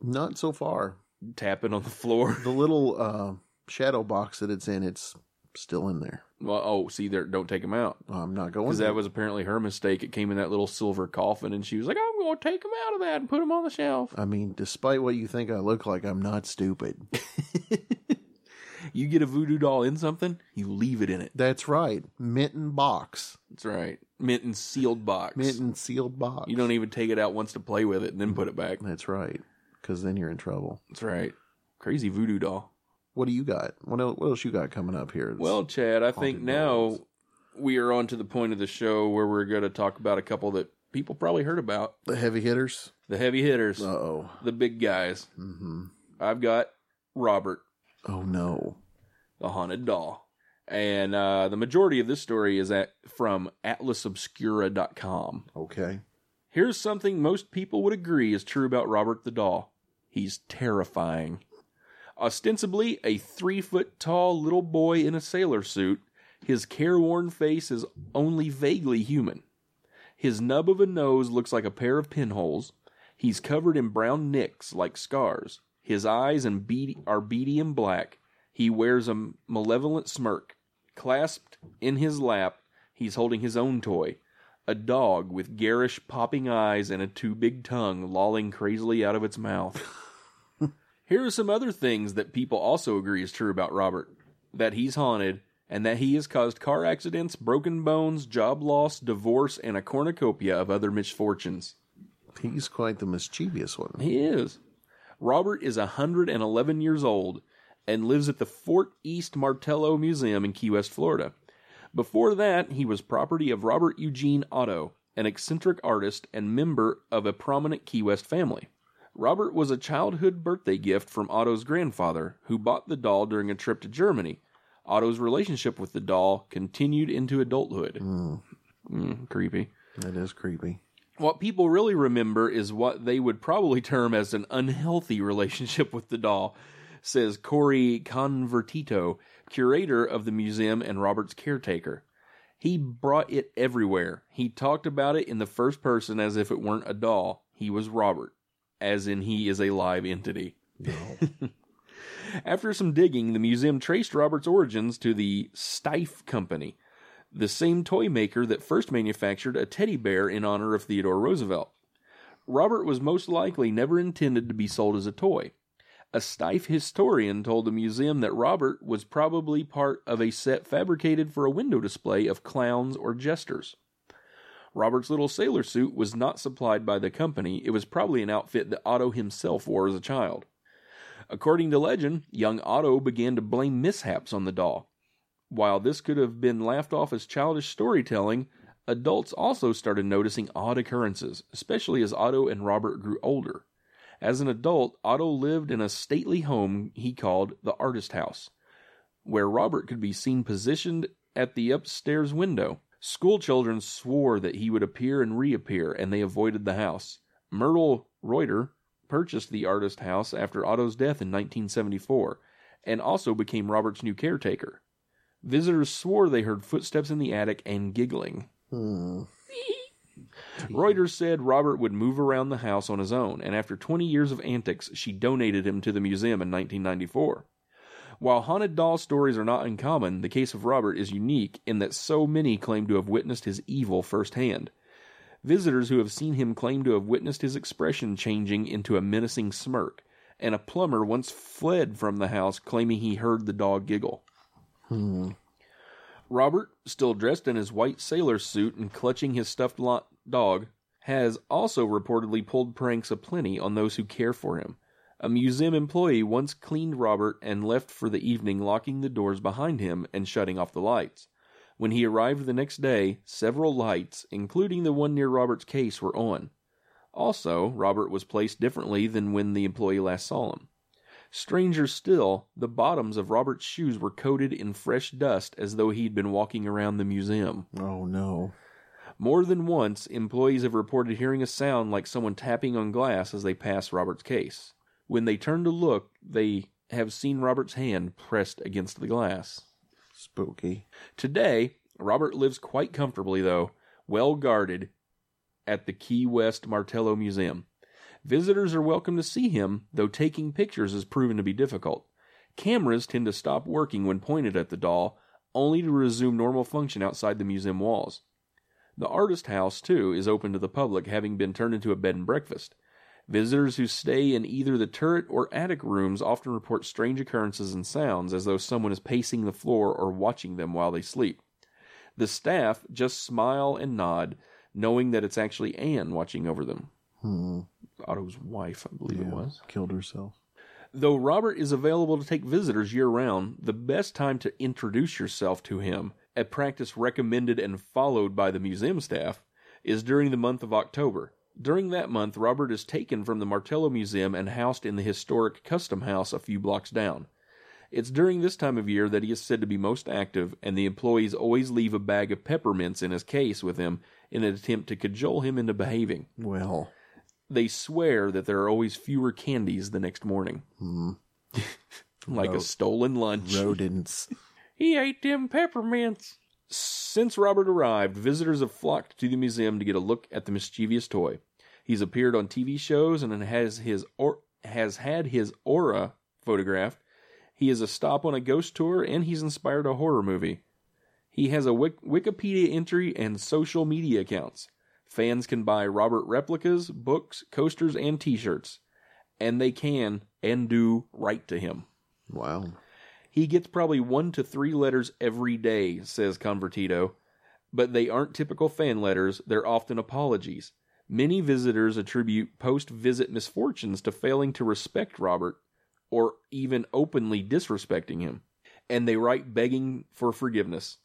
Speaker 5: not so far.
Speaker 8: tapping on the floor.
Speaker 5: The little uh, shadow box that it's in, it's still in there.
Speaker 8: well, oh, see, there, don't take him out
Speaker 5: I'm not going.
Speaker 8: because
Speaker 5: there.
Speaker 8: that was apparently her mistake. It came in that little silver coffin, and she was like, "I'm going to take him out of that and put him on the shelf."
Speaker 5: I mean, despite what you think I look like, I'm not stupid.
Speaker 8: You get a voodoo doll in something, you leave it in it.
Speaker 5: That's right. Mitten box,
Speaker 8: That's right, mint and sealed box.
Speaker 5: mitten sealed box.
Speaker 8: You don't even take it out once to play with it and then put it back.
Speaker 5: That's right. Because then you're in trouble.
Speaker 8: That's right. Crazy voodoo doll.
Speaker 5: What do you got? What else, what else you got coming up here?
Speaker 8: Well, Chad, I think
Speaker 5: haunted
Speaker 8: now
Speaker 5: dolls.
Speaker 8: we are on to the point of the show where we're going to talk about a couple that people probably heard about
Speaker 5: the heavy hitters.
Speaker 8: the heavy hitters,
Speaker 5: Uh oh.
Speaker 8: the big guys.
Speaker 5: hmm
Speaker 8: mm-hmm. I've got Robert,
Speaker 5: Oh no.
Speaker 8: the haunted doll. And uh, the majority of this story is at from atlasobscura.com.
Speaker 5: Okay.
Speaker 8: Here's something most people would agree is true about Robert the doll he's terrifying. Ostensibly a three foot tall little boy in a sailor suit, his careworn face is only vaguely human. His nub of a nose looks like a pair of pinholes. He's covered in brown nicks like scars. His eyes and beady, are beady and black. He wears a malevolent smirk. Clasped in his lap, he's holding his own toy a dog with garish popping eyes and a too big tongue lolling crazily out of its mouth. Here are some other things that people also agree is true about Robert that he's haunted, and that he has caused car accidents, broken bones, job loss, divorce, and a cornucopia of other misfortunes.
Speaker 5: He's quite the mischievous one.
Speaker 8: He is. Robert is 111 years old and lives at the Fort East Martello Museum in Key West, Florida. Before that, he was property of Robert Eugene Otto, an eccentric artist and member of a prominent Key West family. Robert was a childhood birthday gift from Otto's grandfather, who bought the doll during a trip to Germany. Otto's relationship with the doll continued into adulthood. Mm, creepy.
Speaker 5: That is creepy.
Speaker 8: What people really remember is what they would probably term as an unhealthy relationship with the doll, says Corey Convertito, curator of the museum and Robert's caretaker. He brought it everywhere. He talked about it in the first person as if it weren't a doll. He was Robert, as in he is a live entity. After some digging, the museum traced Robert's origins to the Stife Company, the same toy maker that first manufactured a teddy bear in honor of Theodore Roosevelt. Robert was most likely never intended to be sold as a toy. A stiff historian told the museum that Robert was probably part of a set fabricated for a window display of clowns or jesters. Robert's little sailor suit was not supplied by the company, it was probably an outfit that Otto himself wore as a child. According to legend, young Otto began to blame mishaps on the doll. While this could have been laughed off as childish storytelling, adults also started noticing odd occurrences, especially as Otto and Robert grew older. As an adult, Otto lived in a stately home he called the Artist House, where Robert could be seen positioned at the upstairs window. School children swore that he would appear and reappear, and they avoided the house. Myrtle Reuter purchased the Artist House after Otto's death in 1974 and also became Robert's new caretaker. Visitors swore they heard footsteps in the attic and giggling.
Speaker 5: Hmm.
Speaker 8: Reuters said Robert would move around the house on his own, and after 20 years of antics, she donated him to the museum in 1994. While haunted doll stories are not uncommon, the case of Robert is unique in that so many claim to have witnessed his evil firsthand. Visitors who have seen him claim to have witnessed his expression changing into a menacing smirk, and a plumber once fled from the house claiming he heard the dog giggle. Robert, still dressed in his white sailor suit and clutching his stuffed lo- dog, has also reportedly pulled pranks aplenty on those who care for him. A museum employee once cleaned Robert and left for the evening, locking the doors behind him and shutting off the lights. When he arrived the next day, several lights, including the one near Robert's case, were on. Also, Robert was placed differently than when the employee last saw him. Stranger still, the bottoms of Robert's shoes were coated in fresh dust as though he'd been walking around the museum.
Speaker 5: Oh no.
Speaker 8: More than once, employees have reported hearing a sound like someone tapping on glass as they pass Robert's case. When they turn to look, they have seen Robert's hand pressed against the glass.
Speaker 5: Spooky.
Speaker 8: Today, Robert lives quite comfortably, though, well guarded, at the Key West Martello Museum. Visitors are welcome to see him, though taking pictures is proven to be difficult. Cameras tend to stop working when pointed at the doll, only to resume normal function outside the museum walls. The artist house, too, is open to the public, having been turned into a bed and breakfast. Visitors who stay in either the turret or attic rooms often report strange occurrences and sounds as though someone is pacing the floor or watching them while they sleep. The staff just smile and nod, knowing that it's actually Anne watching over them. Otto's wife, I believe it
Speaker 5: Yeah,
Speaker 8: was.
Speaker 5: Killed herself.
Speaker 8: Though Robert is available to take visitors year round, the best time to introduce yourself to him, a practice recommended and followed by the museum staff, is during the month of October. During that month, Robert is taken from the Martello Museum and housed in the historic Custom House a few blocks down. It's during this time of year that he is said to be most active, and the employees always leave a bag of peppermints in his case with him in an attempt to cajole him into behaving.
Speaker 5: Well,
Speaker 8: They swear that there are always fewer candies the next morning. like a
Speaker 5: Ro-
Speaker 8: stolen lunch.
Speaker 5: rodents.
Speaker 8: He ate them peppermints. Since Robert arrived, visitors have flocked to the museum to get a look at the mischievous toy. He's appeared on TV shows and has his or- has had his aura photographed. He is a stop on a ghost tour and he's inspired a horror movie. He has a Wik- Wikipedia entry and social media accounts. Fans can buy Robert replicas, books, coasters, and T-shirts, and they can and do write to him.
Speaker 5: wow.
Speaker 8: He gets probably one to three letters every day, says Convertito, but they aren't typical fan letters, they're often apologies. Many visitors attribute post visit misfortunes to failing to respect Robert or even openly disrespecting him, and they write begging for forgiveness.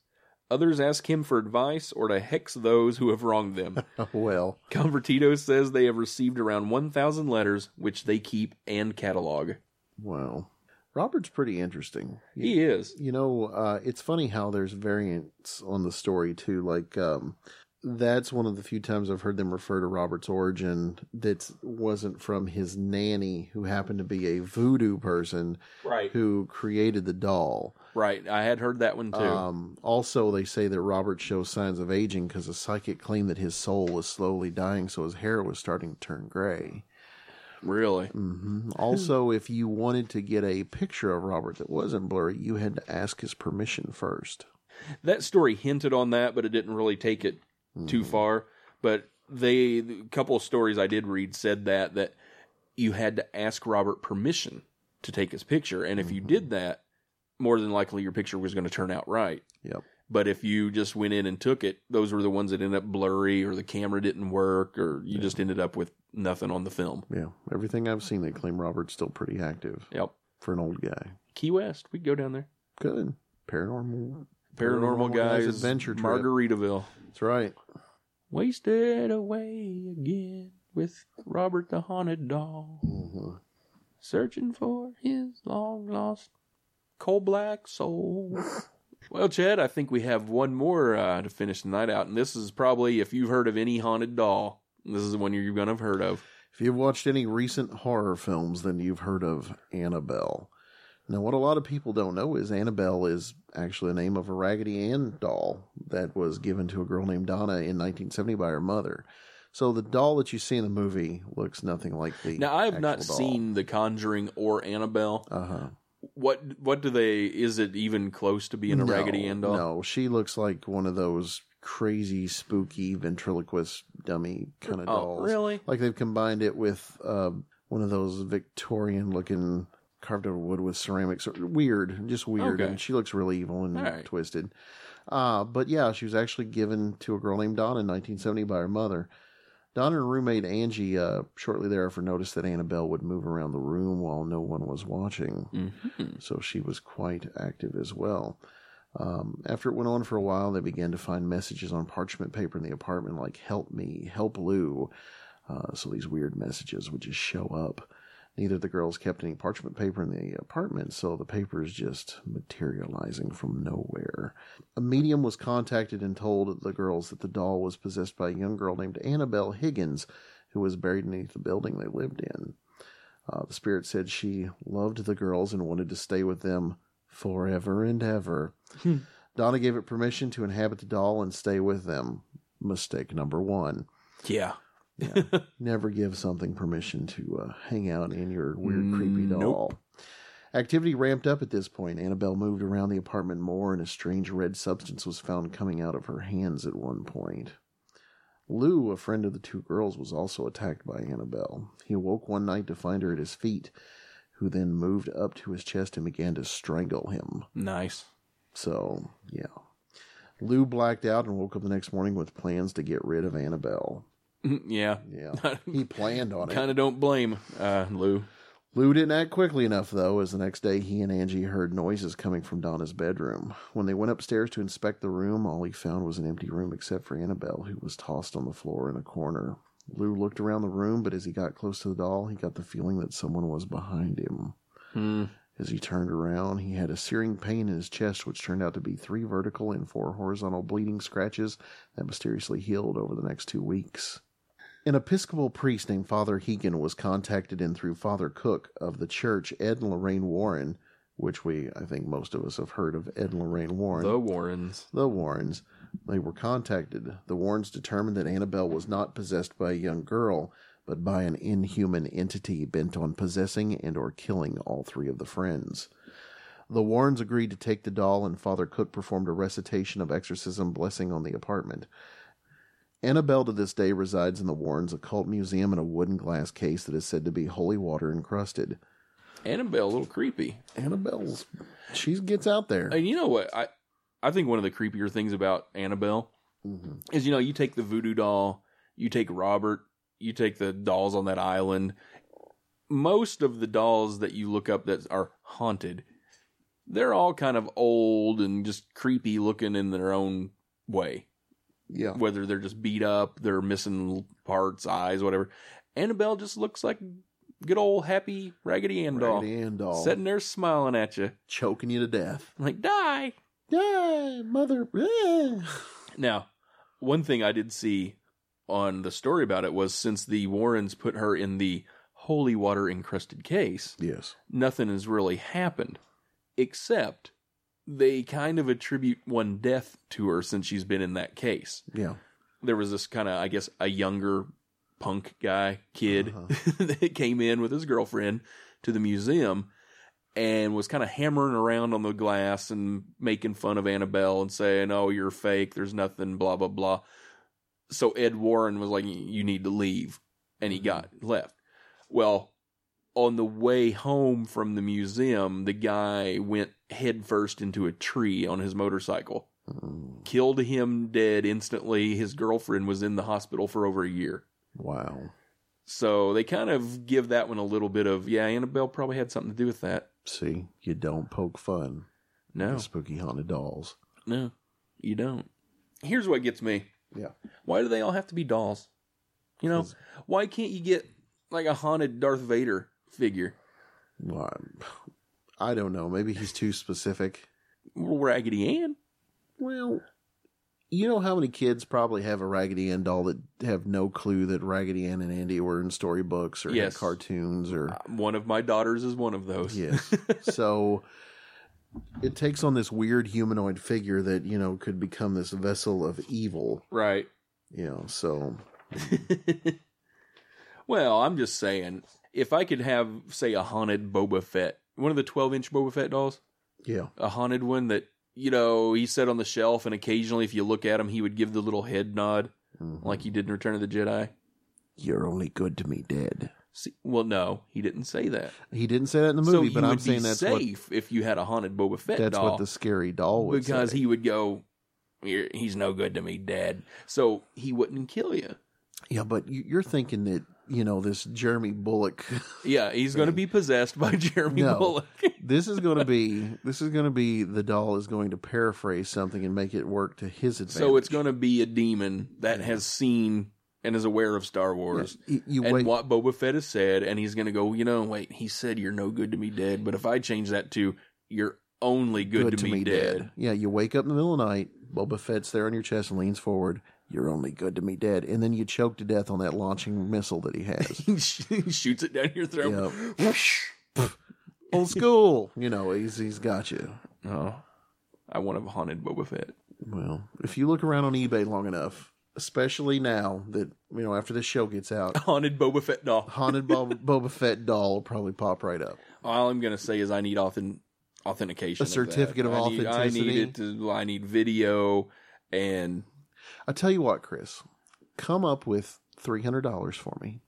Speaker 8: Others ask him for advice or to hex those who have wronged them.
Speaker 5: Oh, well.
Speaker 8: Convertito says they have received around 1,000 letters, which they keep and catalog.
Speaker 5: Wow. Robert's pretty interesting.
Speaker 8: He is.
Speaker 5: you know uh, it's funny how there's variants on the story too like um, that's one of the few times i've heard them refer to robert's origin that wasn't from his nanny who happened to be a voodoo person
Speaker 8: Right.
Speaker 5: who created the doll
Speaker 8: Right. I had heard that one too.
Speaker 5: um, also they say that robert shows signs of aging because a psychic claimed that his soul was slowly dying so his hair was starting to turn gray
Speaker 8: Really?
Speaker 5: hmm also if you wanted to get a picture of robert that wasn't blurry you had to ask his permission first
Speaker 8: That story hinted on that, but it didn't really take it too
Speaker 5: Mm-hmm.
Speaker 8: far. But they, a couple of stories I did read said that that you had to ask Robert permission to take his picture, and if you
Speaker 5: Mm-hmm.
Speaker 8: did that, more than likely your picture was going to turn out right.
Speaker 5: Yep.
Speaker 8: But if you just went in and took it, those were the ones that ended up blurry, or the camera didn't work, or you just ended up with nothing on the film.
Speaker 5: Yeah, everything I've seen, they claim Robert's still pretty active
Speaker 8: Yep.
Speaker 5: for an old guy.
Speaker 8: Key West, we go down there.
Speaker 5: Good paranormal.
Speaker 8: Paranormal,
Speaker 5: Paranormal Guys
Speaker 8: guys,
Speaker 5: Adventure Trip.
Speaker 8: Margaritaville.
Speaker 5: That's right.
Speaker 8: Wasted away again with Robert the Haunted Dog,
Speaker 5: Mhm.
Speaker 8: searching for his long lost coal black soul. well, Chad, I think we have one more uh, to finish the night out, and this is probably if you've heard of any haunted doll, this is the one you're going to have heard of.
Speaker 5: If you've watched any recent horror films, then you've heard of Annabelle. Now, what a lot of people don't know is Annabelle is actually the name of a Raggedy Ann doll that was given to a girl named Donna in 1970 by her mother. So the doll that you see in the movie looks nothing like the.
Speaker 8: Now I have not
Speaker 5: actual doll.
Speaker 8: seen The Conjuring or Annabelle.
Speaker 5: Uh-huh.
Speaker 8: What what do they? Is it even close to being a Raggedy Ann doll?
Speaker 5: No, she looks like one of those crazy, spooky ventriloquist dummy kind of
Speaker 8: Oh,
Speaker 5: dolls.
Speaker 8: really?
Speaker 5: Like they've combined it with um, one of those Victorian-looking carved out of wood with ceramics. Weird, just weird.
Speaker 8: Okay.
Speaker 5: And she looks really evil and
Speaker 8: All right.
Speaker 5: twisted. Uh, but yeah, she was actually given to a girl named Dawn in 1970 by her mother. Dawn and her roommate Angie uh, shortly thereafter noticed that Annabelle would move around the room while no one was watching.
Speaker 8: Mm-hmm.
Speaker 5: So she was quite active as well. Um, after it went on for a while, they began to find messages on parchment paper in the apartment like help me, help Lou. Uh, so these weird messages would just show up. Neither of the girls kept any parchment paper in the apartment, so the paper is just materializing from nowhere. A medium was contacted and told the girls that the doll was possessed by a young girl named Annabelle Higgins, who was buried beneath the building they lived in. Uh, the spirit said she loved the girls and wanted to stay with them forever and ever. Donna gave it permission to inhabit the doll and stay with them. Mistake number one
Speaker 8: Yeah.
Speaker 5: never give something permission to uh, hang out in your weird,
Speaker 8: Mm,
Speaker 5: creepy
Speaker 8: nope.
Speaker 5: doll. Activity ramped up at this point. Annabelle moved around the apartment more, and a strange red substance was found coming out of her hands at one point. Lou, a friend of the two girls, was also attacked by Annabelle. He awoke one night to find her at his feet, who then moved up to his chest and began to strangle him.
Speaker 8: Nice.
Speaker 5: So, yeah. Lou blacked out and woke up the next morning with plans to get rid of Annabelle.
Speaker 8: yeah.
Speaker 5: Yeah. he planned on it.
Speaker 8: Kind of don't blame uh, Lou.
Speaker 5: Lou didn't act quickly enough, though, as the next day he and Angie heard noises coming from Donna's bedroom. When they went upstairs to inspect the room, all he found was an empty room except for Annabelle, who was tossed on the floor in a corner. Lou looked around the room, but as he got close to the doll, he got the feeling that someone was behind him. As he turned around, he had a searing pain in his chest, which turned out to be three vertical and four horizontal bleeding scratches that mysteriously healed over the next two weeks. An Episcopal priest named Father Hegan was contacted in through Father Cook of the church Ed and Lorraine Warren, which we, I think most of us have heard of Ed and Lorraine Warren
Speaker 8: The Warrens.
Speaker 5: the Warrens. They were contacted. The Warrens determined that Annabelle was not possessed by a young girl, but by an inhuman entity bent on possessing and or killing all three of the friends. The Warrens agreed to take the doll and Father Cook performed a recitation of exorcism blessing on the apartment. Annabelle to this day resides in the Warrens occult museum in a wooden glass case that is said to be holy water encrusted.
Speaker 8: Annabelle, a little creepy.
Speaker 5: Annabelle's she gets out there.
Speaker 8: And you know what? I I think one of the creepier things about Annabelle
Speaker 5: Mm-hmm.
Speaker 8: is you know you take the voodoo doll, you take Robert, you take the dolls on that island. Most of the dolls that you look up that are haunted, they're all kind of old and just creepy looking in their own way.
Speaker 5: Yeah.
Speaker 8: Whether they're just beat up, they're missing parts, eyes, whatever. Annabelle just looks like good old happy Raggedy Ann doll,
Speaker 5: Raggedy Ann doll.
Speaker 8: sitting there smiling at you,
Speaker 5: choking you to death.
Speaker 8: like die.
Speaker 5: Yeah, mother. Yeah.
Speaker 8: Now, one thing I did see on the story about it was since the Warrens put her in the holy water encrusted case,
Speaker 5: Yes.
Speaker 8: nothing has really happened except they kind of attribute one death to her since she's been in that case.
Speaker 5: Yeah.
Speaker 8: There was this kind of, I guess, a younger punk guy, kid, that came in with his girlfriend to the museum and was kind of hammering around on the glass and making fun of Annabelle and saying, "Oh, you're fake. There's nothing." Blah blah blah. So Ed Warren was like, "Y- "You need to leave," and he got left. Well, on the way home from the museum, the guy went headfirst into a tree on his motorcycle.
Speaker 5: Mm,
Speaker 8: Killed him dead instantly. His girlfriend was in the hospital for over a year.
Speaker 5: Wow.
Speaker 8: So they kind of give that one a little bit of, yeah, Annabelle probably had something to do with that.
Speaker 5: See, you don't poke fun
Speaker 8: No.
Speaker 5: at spooky haunted dolls.
Speaker 8: No, you don't. Here's what gets me.
Speaker 5: Yeah.
Speaker 8: Why do they all have to be dolls? You know, why can't you get like a haunted Darth Vader figure?
Speaker 5: Well, I don't know. Maybe he's too specific.
Speaker 8: Raggedy Ann.
Speaker 5: Well, You know how many kids probably have a Raggedy Ann doll that have no clue that Raggedy Ann and Andy were in storybooks or had
Speaker 8: Yes. Ah.
Speaker 5: cartoons or
Speaker 8: One of my daughters is one of those.
Speaker 5: Yes. so it takes on this weird humanoid figure that, you know, could become this vessel of evil,
Speaker 8: Right.
Speaker 5: you know. So
Speaker 8: Well, I'm just saying, if I could have, say, a haunted Boba Fett, one of the 12 inch Boba Fett dolls,
Speaker 5: yeah.
Speaker 8: a haunted one that, you know, he sat on the shelf and occasionally if you look at him, he would give the little head nod
Speaker 5: Mhm.
Speaker 8: like he did in Return of the Jedi.
Speaker 5: You're only good to me dead.
Speaker 8: See, well, no, he didn't say that.
Speaker 5: He didn't say that in the movie,
Speaker 8: so
Speaker 5: but
Speaker 8: you
Speaker 5: I'm
Speaker 8: would
Speaker 5: saying
Speaker 8: be
Speaker 5: that's what
Speaker 8: safe if you had a haunted Boba Fett
Speaker 5: that's
Speaker 8: doll.
Speaker 5: what the scary doll would
Speaker 8: because
Speaker 5: say.
Speaker 8: he would go, "You're- he's no good to me, Dad. So he wouldn't kill you.
Speaker 5: Yeah, but you- you're thinking that, you know, this Jeremy Bullock
Speaker 8: Yeah, he's going to be possessed by Jeremy
Speaker 5: No.
Speaker 8: Bullock.
Speaker 5: this is going to be this is going to be the doll is going to paraphrase something and make it work to his advantage.
Speaker 8: so it's going to be a demon that has seen and is aware of Star Wars.
Speaker 5: you, you
Speaker 8: and
Speaker 5: wait
Speaker 8: what Boba Fett has said, and he's going to go, you know, wait, he said you're no good to me dead, but if I change that to you're only good, to, me, dead.
Speaker 5: Yeah, you wake up in the middle of the night, Boba Fett's there on your chest and leans forward. You're only good to me dead, and then you choke to death on that launching missile that he has.
Speaker 8: he shoots it down your throat.
Speaker 5: Yep. Old school, you know, he's he's got you.
Speaker 8: Oh, I want a haunted Boba Fett.
Speaker 5: Well, if you look around on eBay long enough, especially now that you know after this show gets out,
Speaker 8: Haunted Boba Fett doll.
Speaker 5: haunted Bob, Boba Fett doll will probably pop right up.
Speaker 8: All I'm going to say is I need authen-
Speaker 5: A
Speaker 8: authentication. of that.
Speaker 5: certificate of
Speaker 8: I need- I need it to, I need video and
Speaker 5: I tell you what, Chris, come up with three hundred dollars for me.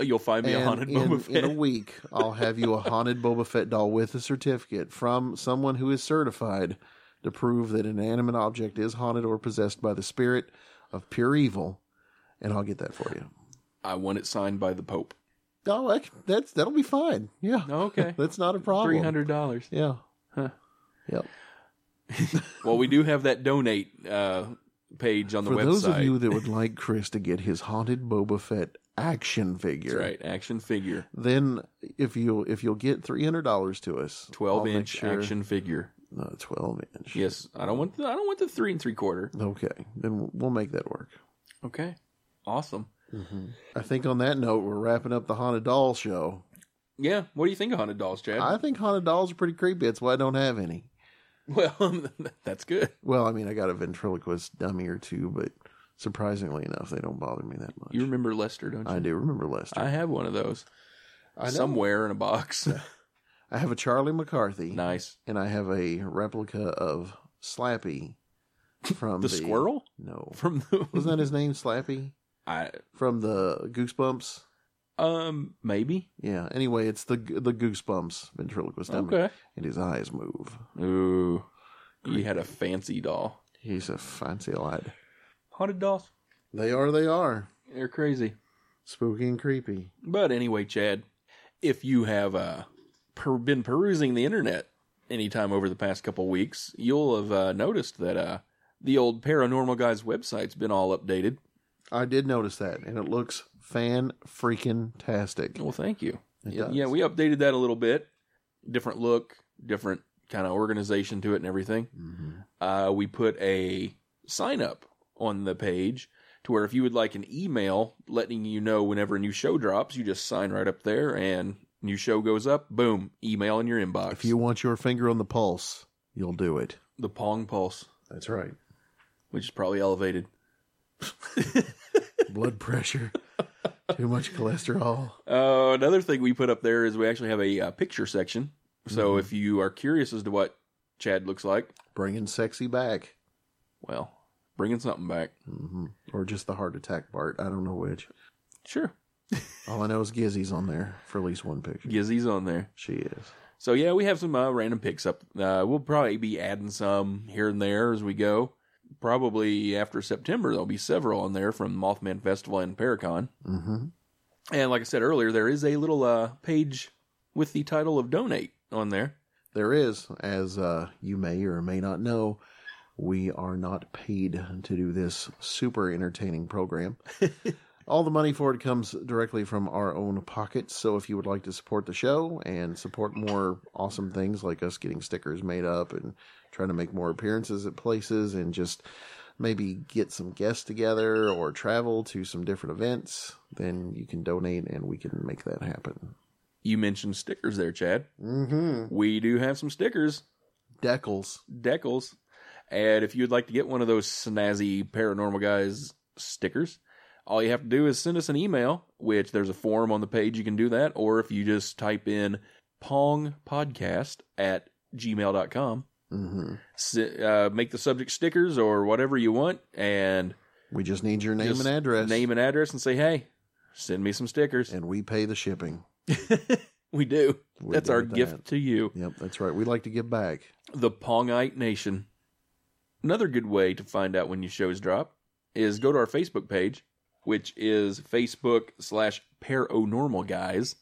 Speaker 8: you'll find me a
Speaker 5: and
Speaker 8: haunted
Speaker 5: in,
Speaker 8: Boba Fett.
Speaker 5: in a week, I'll have you a haunted Boba Fett doll with a certificate from someone who is certified to prove that an inanimate object is haunted or possessed by the spirit of pure evil, and I'll get that for you.
Speaker 8: I want it signed by the Pope.
Speaker 5: Oh, that, that's that'll be fine. Yeah,
Speaker 8: Okay.
Speaker 5: that's not a problem.
Speaker 8: dollars.
Speaker 5: Yeah.
Speaker 8: Huh.
Speaker 5: Yep.
Speaker 8: Well, we do have that donate uh, page on the
Speaker 5: For
Speaker 8: website.
Speaker 5: those of you that would like Chris to get his haunted Boba Fett action
Speaker 8: That's
Speaker 5: figure,
Speaker 8: right, action figure,
Speaker 5: Then if you if you'll get three hundred dollars to us, I'll
Speaker 8: twelve
Speaker 5: make
Speaker 8: inch
Speaker 5: sure-
Speaker 8: action figure.
Speaker 5: no, twelve inch.
Speaker 8: Yes, I don't want the, I don't want the three and three quarter.
Speaker 5: Okay, then we'll make that work.
Speaker 8: Okay, awesome.
Speaker 5: I think on that note, we're wrapping up the haunted doll show.
Speaker 8: Yeah, what do you think of haunted dolls, Chad?
Speaker 5: I think haunted dolls are pretty creepy. That's why I don't have any.
Speaker 8: Well, that's good.
Speaker 5: Well, I mean, I got a ventriloquist dummy or two, but surprisingly enough, they don't bother me that much.
Speaker 8: You remember Lester, don't you?
Speaker 5: I do remember Lester.
Speaker 8: I have one of those
Speaker 5: know.
Speaker 8: somewhere in a box.
Speaker 5: I have a Charlie McCarthy,
Speaker 8: nice.
Speaker 5: and I have a replica of Slappy from
Speaker 8: The squirrel
Speaker 5: No,
Speaker 8: from the
Speaker 5: wasn't that his name? Slappy
Speaker 8: I
Speaker 5: from the Goosebumps.
Speaker 8: um maybe
Speaker 5: Yeah. Anyway, it's the the Goosebumps ventriloquist dummy,
Speaker 8: okay.
Speaker 5: and his eyes move.
Speaker 8: Ooh, you had a fancy doll.
Speaker 5: He's a fancy lad.
Speaker 8: Haunted dolls,
Speaker 5: They are. They are.
Speaker 8: they're crazy.
Speaker 5: Spooky and creepy.
Speaker 8: But anyway, Chad, if you have uh, per- been perusing the internet anytime over the past couple weeks, you'll have uh, noticed that uh, the old Paranormal Guys website's been all updated.
Speaker 5: I did notice that, and it looks fan freaking tastic.
Speaker 8: Well, thank you.
Speaker 5: It
Speaker 8: yeah,
Speaker 5: does.
Speaker 8: yeah, we updated that a little bit. Different look, different kind of organization to it and everything.
Speaker 5: Mm-hmm.
Speaker 8: Uh, we put a sign up on the page to where if you would like an email letting you know whenever a new show drops, you just sign right up there and new show goes up, boom, email in your inbox.
Speaker 5: If you want your finger on the pulse, you'll do it.
Speaker 8: the Pong Pulse,
Speaker 5: That's right.
Speaker 8: which is probably elevated.
Speaker 5: Blood pressure, too much cholesterol.
Speaker 8: Uh, another thing we put up there is we actually have a uh, picture section.
Speaker 5: Mm-hmm.
Speaker 8: So if you are curious as to what Chad looks like,
Speaker 5: Bringing sexy back,
Speaker 8: well, bringing something back.
Speaker 5: or just the heart attack part. I don't know which.
Speaker 8: Sure.
Speaker 5: All I know is Gizzy's on there for at least one picture.
Speaker 8: Gizzy's on there.
Speaker 5: She is.
Speaker 8: So yeah, we have some uh, random picks up. Uh, we'll probably be adding some here and there as we go. Probably after September, there'll be several on there from Mothman Festival and Paracon.
Speaker 5: hmm
Speaker 8: And like I said earlier, there is a little uh, page with the title of donate on there.
Speaker 5: There is, as uh, you may or may not know, we are not paid to do this super entertaining program. All the money for it comes directly from our own pockets. So if you would like to support the show and support more awesome things like us getting stickers made up and trying to make more appearances at places and just maybe get some guests together or travel to some different events, then you can donate and we can make that happen.
Speaker 8: You mentioned stickers there, Chad.
Speaker 5: Mm-hmm.
Speaker 8: We do have some stickers,
Speaker 5: Decals.
Speaker 8: decals. And if you'd like to get one of those snazzy paranormal guys stickers, all you have to do is send us an email, which there's a form on the page you can do that, or if you just type in Pong Podcast at gmail.com,
Speaker 5: Mm-hmm.
Speaker 8: S- uh, make the subject stickers or whatever you want, and
Speaker 5: We just need your name
Speaker 8: just
Speaker 5: and address.
Speaker 8: Name and address and say, hey, send me some stickers.
Speaker 5: and we pay the shipping.
Speaker 8: we do.
Speaker 5: We're
Speaker 8: That's
Speaker 5: good
Speaker 8: our
Speaker 5: at
Speaker 8: gift
Speaker 5: that.
Speaker 8: to you.
Speaker 5: Yep, that's right. We like to give back.
Speaker 8: the Pongite Nation. Another good way to find out when new shows drop is go to our Facebook page, which is Facebook slash Paranormal Guys,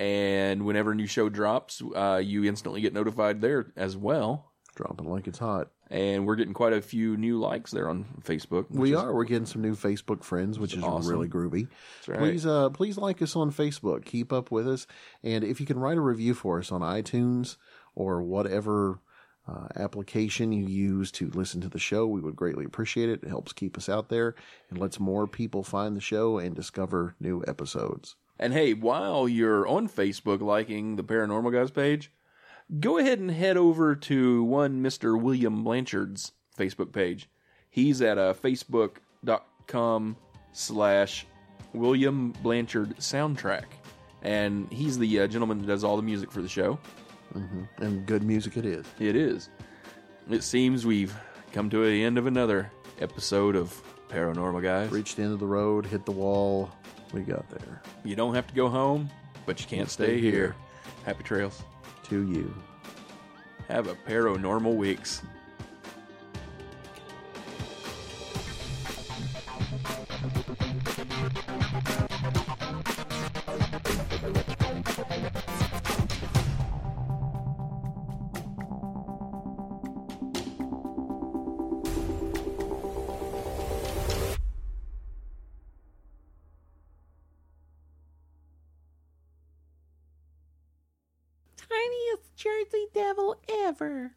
Speaker 8: and whenever a new show drops, uh, you instantly get notified there as well.
Speaker 5: Dropping like it's hot.
Speaker 8: And we're getting quite a few new likes there on Facebook. which
Speaker 5: we
Speaker 8: is-
Speaker 5: are. We're getting some new Facebook friends, which is
Speaker 8: awesome.
Speaker 5: really groovy.
Speaker 8: That's right.
Speaker 5: Please, uh, please like us on Facebook. Keep up with us, and if you can write a review for us on iTunes or whatever uh, application you use to listen to the show, we would greatly appreciate it. It helps keep us out there and lets more people find the show and discover new episodes.
Speaker 8: And hey, while you're on Facebook liking the Paranormal Guys page, go ahead and head over to one Mr. William Blanchard's Facebook page. He's at uh, facebook.com slash William Blanchard soundtrack. And he's the uh, gentleman that does all the music for the show.
Speaker 5: And good music it is.
Speaker 8: It is. It seems we've come to the end of another episode of Paranormal Guys.
Speaker 5: Reached the end of the road, hit the wall. We got there.
Speaker 8: You don't have to go home, but you can't stay here. Happy trails.
Speaker 5: To you.
Speaker 8: Have a paranormal weeks.
Speaker 9: Tiniest Jersey devil ever.